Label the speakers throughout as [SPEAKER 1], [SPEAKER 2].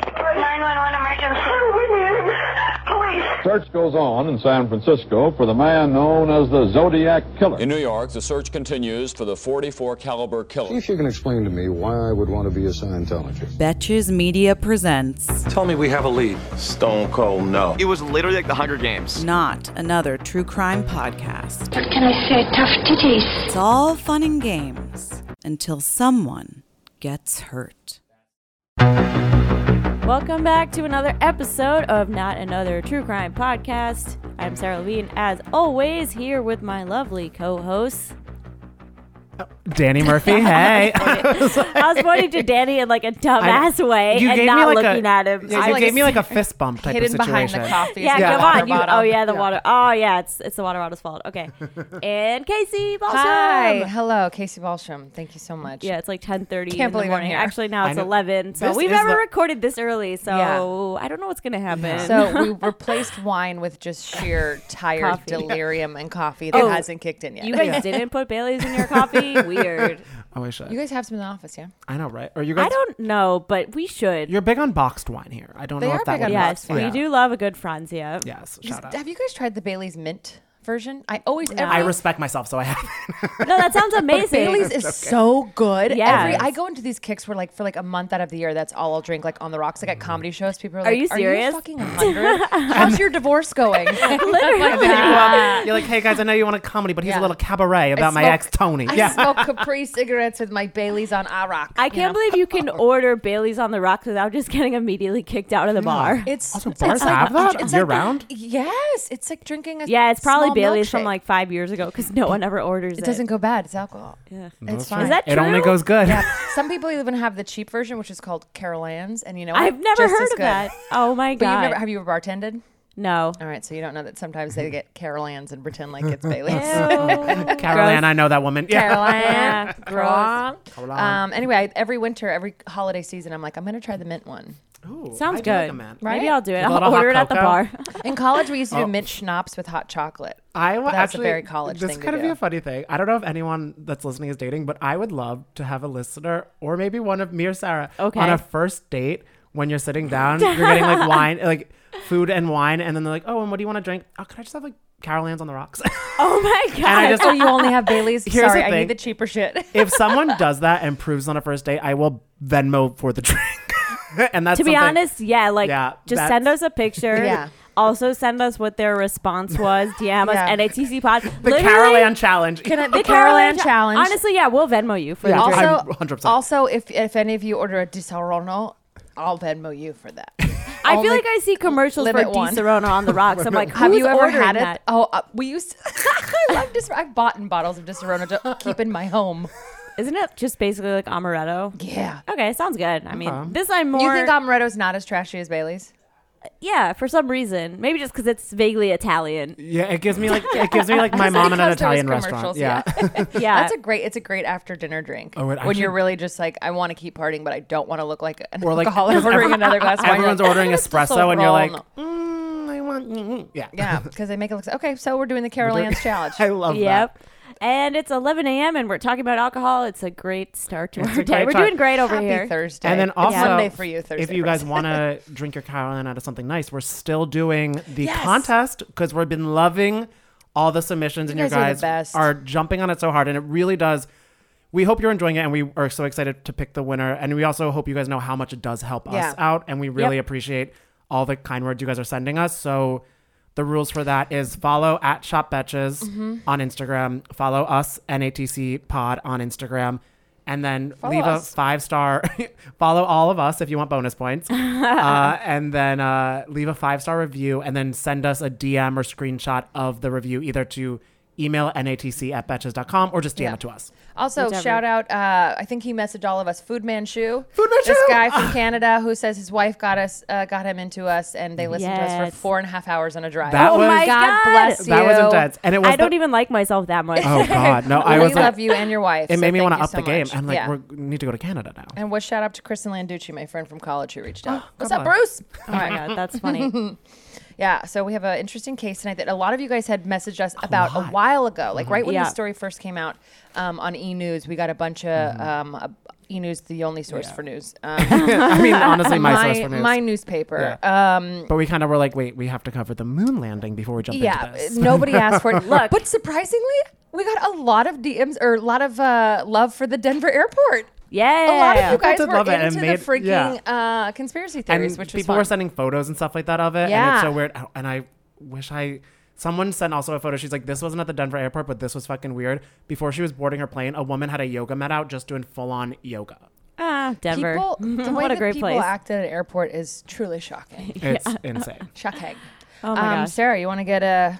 [SPEAKER 1] 911 emergency. Police.
[SPEAKER 2] Search goes on in San Francisco for the man known as the Zodiac Killer.
[SPEAKER 3] In New York, the search continues for the 44 caliber
[SPEAKER 4] See
[SPEAKER 3] killer.
[SPEAKER 4] if you can explain to me why I would want to be a Scientologist.
[SPEAKER 5] Betches Media presents
[SPEAKER 6] Tell me we have a lead.
[SPEAKER 7] Stone Cold No.
[SPEAKER 8] It was literally like the Hunger Games.
[SPEAKER 5] Not Another True Crime Podcast.
[SPEAKER 1] What can I say? Tough titties.
[SPEAKER 5] It's all fun and games until someone gets hurt.
[SPEAKER 9] Welcome back to another episode of Not Another True Crime Podcast. I'm Sarah Levine, as always, here with my lovely co hosts.
[SPEAKER 10] Danny Murphy, hey.
[SPEAKER 9] I was pointing to Danny in like a dumbass way
[SPEAKER 10] You
[SPEAKER 9] and
[SPEAKER 10] gave
[SPEAKER 9] not
[SPEAKER 10] me like
[SPEAKER 9] looking
[SPEAKER 10] a,
[SPEAKER 9] at him.
[SPEAKER 10] yeah,
[SPEAKER 9] I
[SPEAKER 10] you
[SPEAKER 9] was-
[SPEAKER 10] gave me like a fist bump type
[SPEAKER 11] hidden
[SPEAKER 10] of
[SPEAKER 11] behind
[SPEAKER 10] situation.
[SPEAKER 11] the coffee.
[SPEAKER 9] yeah,
[SPEAKER 10] yeah,
[SPEAKER 9] come
[SPEAKER 10] water
[SPEAKER 9] on. You, oh, yeah, the water. Oh, yeah, it's it's the water bottle's fault. Okay. and Casey Balsam.
[SPEAKER 11] Hi, hello, Casey Balsham. Thank you so much.
[SPEAKER 9] Yeah, it's like 10:30
[SPEAKER 11] Can't
[SPEAKER 9] in the
[SPEAKER 11] believe I'm
[SPEAKER 9] morning.
[SPEAKER 11] here.
[SPEAKER 9] Actually, now
[SPEAKER 10] I
[SPEAKER 9] it's
[SPEAKER 10] know.
[SPEAKER 9] 11. So
[SPEAKER 10] This
[SPEAKER 9] we've
[SPEAKER 10] is
[SPEAKER 9] never
[SPEAKER 10] the-
[SPEAKER 9] recorded this early. So
[SPEAKER 11] Yeah.
[SPEAKER 9] I don't know what's gonna happen.
[SPEAKER 11] So we replaced wine with just sheer tired
[SPEAKER 9] Coffee.
[SPEAKER 11] delirium and coffee that
[SPEAKER 9] Oh,
[SPEAKER 11] hasn't kicked in yet.
[SPEAKER 9] you guys didn't put Bailey's in your coffee? Weird.
[SPEAKER 10] I wish I.
[SPEAKER 11] You guys have some in the office, yeah?
[SPEAKER 10] I know, right? Or you guys?
[SPEAKER 9] I don't know, but we should.
[SPEAKER 10] You're big on boxed wine here. I don't
[SPEAKER 11] They
[SPEAKER 10] know
[SPEAKER 11] are
[SPEAKER 10] if that
[SPEAKER 11] big
[SPEAKER 10] would
[SPEAKER 11] on
[SPEAKER 10] work.
[SPEAKER 9] yes,
[SPEAKER 11] boxed
[SPEAKER 9] we
[SPEAKER 10] Yeah.
[SPEAKER 9] do love a good Franzia.
[SPEAKER 10] Yes,
[SPEAKER 11] Just-
[SPEAKER 10] shout out.
[SPEAKER 11] Have you guys tried the Bailey's mint version? I always
[SPEAKER 10] I
[SPEAKER 11] every,
[SPEAKER 10] respect myself, so I have.
[SPEAKER 9] No, that sounds amazing.
[SPEAKER 11] Bailey's is so good.
[SPEAKER 9] Yes.
[SPEAKER 11] Every I go into these kicks where like for like a month out of the year, that's all I'll drink. Like on the rocks, like at comedy shows, people are like,
[SPEAKER 9] you serious?"
[SPEAKER 11] fucking hundred? How's your divorce going?"
[SPEAKER 9] Literally.
[SPEAKER 10] You're like, hey guys, I know you want a comedy, but here's
[SPEAKER 11] Yeah.
[SPEAKER 10] a little cabaret
[SPEAKER 11] I
[SPEAKER 10] about my
[SPEAKER 11] smoke-
[SPEAKER 10] ex Tony.
[SPEAKER 11] I
[SPEAKER 10] yeah.
[SPEAKER 11] smoke Capri cigarettes with my Bailey's on Iraq.
[SPEAKER 9] I can't believe you can order Bailey's on the rocks without just getting immediately kicked out of the bar.
[SPEAKER 11] It's
[SPEAKER 10] Also,
[SPEAKER 11] it's
[SPEAKER 10] bars have that
[SPEAKER 11] it's
[SPEAKER 10] year
[SPEAKER 11] like-
[SPEAKER 10] round?
[SPEAKER 11] Yes, it's like drinking a
[SPEAKER 9] Yeah, it's probably
[SPEAKER 11] small
[SPEAKER 9] Bailey's
[SPEAKER 11] milkshake.
[SPEAKER 9] from like five years ago because no one ever orders it.
[SPEAKER 11] It doesn't go bad. It's alcohol. Yeah, it's fine.
[SPEAKER 9] Is that
[SPEAKER 10] It only
[SPEAKER 9] true?
[SPEAKER 10] goes good.
[SPEAKER 11] Some people even have the cheap version, which is called Carol Ann's, and you know what?
[SPEAKER 9] I've never
[SPEAKER 11] Just
[SPEAKER 9] heard
[SPEAKER 11] as
[SPEAKER 9] of
[SPEAKER 11] good.
[SPEAKER 9] that. Oh my
[SPEAKER 11] But you've
[SPEAKER 9] god!
[SPEAKER 11] never, have you ever bartended?
[SPEAKER 9] no.
[SPEAKER 11] All right, so you don't know that sometimes they get Carol Ann's and pretend like it's Bailey's.
[SPEAKER 9] Ew.
[SPEAKER 10] Carol Ann, I know that woman. Yeah.
[SPEAKER 11] Carol
[SPEAKER 9] Yeah,
[SPEAKER 11] Ann,
[SPEAKER 9] gross.
[SPEAKER 11] gross. Um, anyway, I, every winter, every holiday season, I'm like, I'm gonna try the mint one.
[SPEAKER 10] Ooh,
[SPEAKER 9] Sounds
[SPEAKER 10] I do
[SPEAKER 9] good.
[SPEAKER 10] like a man.
[SPEAKER 9] Maybe
[SPEAKER 11] Right?
[SPEAKER 9] I'll do it.
[SPEAKER 10] With a
[SPEAKER 9] I'll
[SPEAKER 10] little hot
[SPEAKER 9] order it at the
[SPEAKER 10] cocoa. Oh.
[SPEAKER 9] bar.
[SPEAKER 11] In college, we used to do mint schnapps with hot chocolate.
[SPEAKER 10] I will
[SPEAKER 11] But that's a
[SPEAKER 10] actually,
[SPEAKER 11] very college
[SPEAKER 10] This
[SPEAKER 11] thing to
[SPEAKER 10] kind of
[SPEAKER 11] do.
[SPEAKER 10] be a funny thing. I don't know if anyone that's listening is dating, but I would love to have a listener or maybe one of me or Sarah
[SPEAKER 9] Okay.
[SPEAKER 10] on a first date when you're sitting down, you're getting like wine, like food and wine, and then they're like, "Oh, and what do you want to drink? Oh, can I just have like Carol Ann's on the rocks?"
[SPEAKER 9] Oh my god!
[SPEAKER 10] I just-
[SPEAKER 11] So you only have Bailey's.
[SPEAKER 10] Here's
[SPEAKER 11] Sorry,
[SPEAKER 10] the
[SPEAKER 11] I
[SPEAKER 10] thing.
[SPEAKER 11] need the cheaper shit.
[SPEAKER 10] if someone does that and proves on a first date, I will Venmo for the drink. and that's
[SPEAKER 9] to be
[SPEAKER 10] something-
[SPEAKER 9] honest, yeah, like
[SPEAKER 10] Yeah,
[SPEAKER 9] just send
[SPEAKER 10] that's-
[SPEAKER 9] us a picture.
[SPEAKER 11] Yeah.
[SPEAKER 9] Also send us what their response was. DM us
[SPEAKER 11] Yeah.
[SPEAKER 9] NATC pod.
[SPEAKER 10] the Carol Ann challenge. Can
[SPEAKER 11] I- the Carol Ann challenge.
[SPEAKER 9] Honestly, yeah, we'll Venmo you for
[SPEAKER 10] Yeah.
[SPEAKER 9] the
[SPEAKER 10] Also-
[SPEAKER 9] drink.
[SPEAKER 10] I'm 100%.
[SPEAKER 11] also, if if any of you order a Disaronno, I'll Venmo you for that.
[SPEAKER 9] I feel
[SPEAKER 11] only
[SPEAKER 9] like I see commercials for
[SPEAKER 11] limit one.
[SPEAKER 9] Di Serrano on the rocks. I'm like,
[SPEAKER 11] Have
[SPEAKER 9] who's
[SPEAKER 11] you ever
[SPEAKER 9] ordering
[SPEAKER 11] had it?
[SPEAKER 9] that?
[SPEAKER 11] Oh, uh, we used. To, I love Dis. I've bought in bottles of Disaronno to keep in my home.
[SPEAKER 9] Isn't it just basically like amaretto?
[SPEAKER 11] Yeah.
[SPEAKER 9] Okay, sounds good. I mean, this I'm more.
[SPEAKER 11] You think amaretto's not as trashy as Bailey's?
[SPEAKER 9] yeah, for some reason, maybe just because it's vaguely Italian.
[SPEAKER 10] Yeah, it gives me like it gives me like my mom in an
[SPEAKER 11] Because there was
[SPEAKER 10] Italian restaurant.
[SPEAKER 11] commercials,
[SPEAKER 10] Yeah.
[SPEAKER 9] Yeah,
[SPEAKER 11] That's a great. It's a great after dinner drink.
[SPEAKER 10] Oh, it
[SPEAKER 11] when
[SPEAKER 10] actually-
[SPEAKER 11] you're really just like, I want to keep partying, but I don't want to look like an
[SPEAKER 10] Or like-
[SPEAKER 11] alcoholic ordering another glass. of wine. You're
[SPEAKER 10] Everyone's
[SPEAKER 11] like, "Mm,
[SPEAKER 10] ordering
[SPEAKER 11] "Just a
[SPEAKER 10] espresso, and you're like,
[SPEAKER 11] Sobrano."
[SPEAKER 10] mm, I want. mm, yeah.
[SPEAKER 11] yeah, because they make it look. Okay, so we're doing the Carol Ann's challenge.
[SPEAKER 10] I love
[SPEAKER 9] Yep. And it's 11 a.m. and we're talking about alcohol. It's a great start to our
[SPEAKER 10] a
[SPEAKER 9] day.
[SPEAKER 10] great
[SPEAKER 9] We're
[SPEAKER 10] start.
[SPEAKER 9] doing great over
[SPEAKER 11] Happy
[SPEAKER 9] here.
[SPEAKER 11] Thursday.
[SPEAKER 10] that. And then
[SPEAKER 11] It's
[SPEAKER 10] also,
[SPEAKER 11] Sunday for you. Thursday.
[SPEAKER 10] if you
[SPEAKER 11] for
[SPEAKER 10] guys
[SPEAKER 11] us.
[SPEAKER 10] want to drink your Carolina out of something nice, we're still doing the contest because we've been loving all the submissions, and
[SPEAKER 11] guys
[SPEAKER 10] your
[SPEAKER 11] are the
[SPEAKER 10] guys
[SPEAKER 11] best.
[SPEAKER 10] jumping on it so hard, and it really does. We hope you're enjoying it, and we are so excited to pick the winner. And we also hope you guys know how much it does help
[SPEAKER 11] Yeah.
[SPEAKER 10] us out, and we really
[SPEAKER 9] Yep.
[SPEAKER 10] appreciate all the kind words you guys are sending us. So. The rules for that is follow at Shop Betches
[SPEAKER 11] Mm-hmm.
[SPEAKER 10] on Instagram, follow us NATC Pod on Instagram, and then leave
[SPEAKER 11] us.
[SPEAKER 10] a five star. follow all of us if you want bonus points, uh, and then uh, leave a five star review, and then send us a DM or screenshot of the review either to email natc at betches.com or just DM
[SPEAKER 11] Yeah.
[SPEAKER 10] it to us.
[SPEAKER 11] Also,
[SPEAKER 9] Whichever.
[SPEAKER 11] shout out. Uh, I think he messaged all of us. Food Man Shoe.
[SPEAKER 10] Food Man
[SPEAKER 11] This
[SPEAKER 10] Shoe!
[SPEAKER 11] guy from Canada who says his wife got us, uh, got him into us, and they listened to us
[SPEAKER 9] Yes.
[SPEAKER 11] for four and a half hours on a drive.
[SPEAKER 10] That
[SPEAKER 9] Oh
[SPEAKER 10] was
[SPEAKER 9] my
[SPEAKER 11] God
[SPEAKER 9] God.
[SPEAKER 11] bless you.
[SPEAKER 10] that was intense, and it was.
[SPEAKER 9] I don't
[SPEAKER 10] the-
[SPEAKER 9] even like myself that much.
[SPEAKER 10] Oh God, no! I
[SPEAKER 11] we
[SPEAKER 10] was. like-
[SPEAKER 11] love you and your wife.
[SPEAKER 10] It
[SPEAKER 11] so
[SPEAKER 10] made me
[SPEAKER 11] thank
[SPEAKER 10] want to
[SPEAKER 11] you
[SPEAKER 10] up
[SPEAKER 11] so
[SPEAKER 10] the game,
[SPEAKER 11] much.
[SPEAKER 10] and like
[SPEAKER 11] Yeah.
[SPEAKER 10] we're- we need to go to Canada now.
[SPEAKER 11] And what shout out to Kristen Landucci, my friend from college who reached out. What's
[SPEAKER 10] come
[SPEAKER 11] up,
[SPEAKER 10] on.
[SPEAKER 11] Bruce?
[SPEAKER 9] Oh my God, that's funny.
[SPEAKER 11] Yeah, so we have an interesting case tonight that a lot of you guys had messaged us about a
[SPEAKER 10] lot.
[SPEAKER 11] while ago, like right when
[SPEAKER 9] Mm-hmm. Yeah.
[SPEAKER 11] the story first came out um, on E News. We got a bunch of
[SPEAKER 9] Mm-hmm.
[SPEAKER 11] um, uh, E News, the only source for news. Um,
[SPEAKER 10] I mean, honestly, my, source for news.
[SPEAKER 11] my newspaper. Um,
[SPEAKER 10] but we kind of were like, wait, we have to cover the moon landing before we jump
[SPEAKER 11] yeah,
[SPEAKER 10] into this.
[SPEAKER 11] nobody asked for it.
[SPEAKER 9] Look.
[SPEAKER 11] but surprisingly, we got a lot of DMs or a lot of uh, love for the Denver airport.
[SPEAKER 9] Yeah.
[SPEAKER 11] A lot of you
[SPEAKER 10] People
[SPEAKER 11] guys
[SPEAKER 10] did
[SPEAKER 11] were
[SPEAKER 10] love it
[SPEAKER 11] into
[SPEAKER 10] and
[SPEAKER 11] the
[SPEAKER 10] made-
[SPEAKER 11] freaking
[SPEAKER 10] yeah.
[SPEAKER 11] uh, conspiracy
[SPEAKER 10] and
[SPEAKER 11] theories, which was
[SPEAKER 10] people
[SPEAKER 11] fun.
[SPEAKER 10] were sending photos and stuff like that of it. And
[SPEAKER 11] Yeah.
[SPEAKER 10] it's so weird. Oh, And I wish I. Someone sent also a photo. She's like, this wasn't at the Denver airport, but this was fucking weird. Before she was boarding her plane, a woman had a yoga mat out just doing full on yoga.
[SPEAKER 9] Ah, Denver.
[SPEAKER 11] People, the way
[SPEAKER 9] what a
[SPEAKER 11] that
[SPEAKER 9] great
[SPEAKER 11] people
[SPEAKER 9] place.
[SPEAKER 11] act at an airport is truly shocking.
[SPEAKER 10] It's insane.
[SPEAKER 11] Shocking. Um,
[SPEAKER 9] oh my gosh.
[SPEAKER 11] Sarah, you want to get a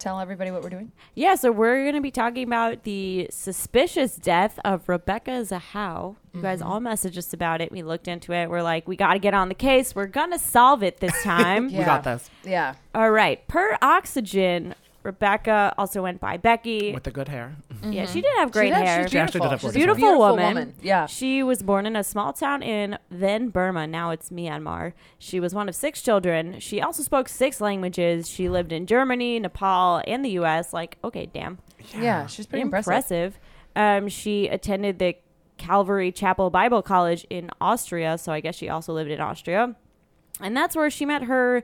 [SPEAKER 11] tell everybody what we're doing?
[SPEAKER 9] Yeah, so we're going to be talking about the suspicious death of Rebecca Zahow. You guys
[SPEAKER 11] Mm-hmm.
[SPEAKER 9] all messaged us about it. We looked into it. We're like, we got to get on the case. We're going to solve it this time.
[SPEAKER 11] Yeah.
[SPEAKER 10] got this.
[SPEAKER 11] Yeah.
[SPEAKER 9] All right. Per Oxygen, Rebecca also went by Becky.
[SPEAKER 10] With the good hair.
[SPEAKER 9] Yeah, she did have great
[SPEAKER 11] Mm-hmm. She's actually
[SPEAKER 9] hair.
[SPEAKER 10] She actually did have
[SPEAKER 11] She's a
[SPEAKER 9] beautiful, woman.
[SPEAKER 11] Yeah.
[SPEAKER 9] She was born in a small town in then Burma, now it's Myanmar. She was one of six children. She also spoke six languages. She lived in Germany, Nepal, and the US. Like, okay, damn.
[SPEAKER 11] yeah, she's pretty impressive.
[SPEAKER 9] impressive. Um, she attended the Calvary Chapel Bible College in Austria, so I guess she also lived in Austria. And that's where she met her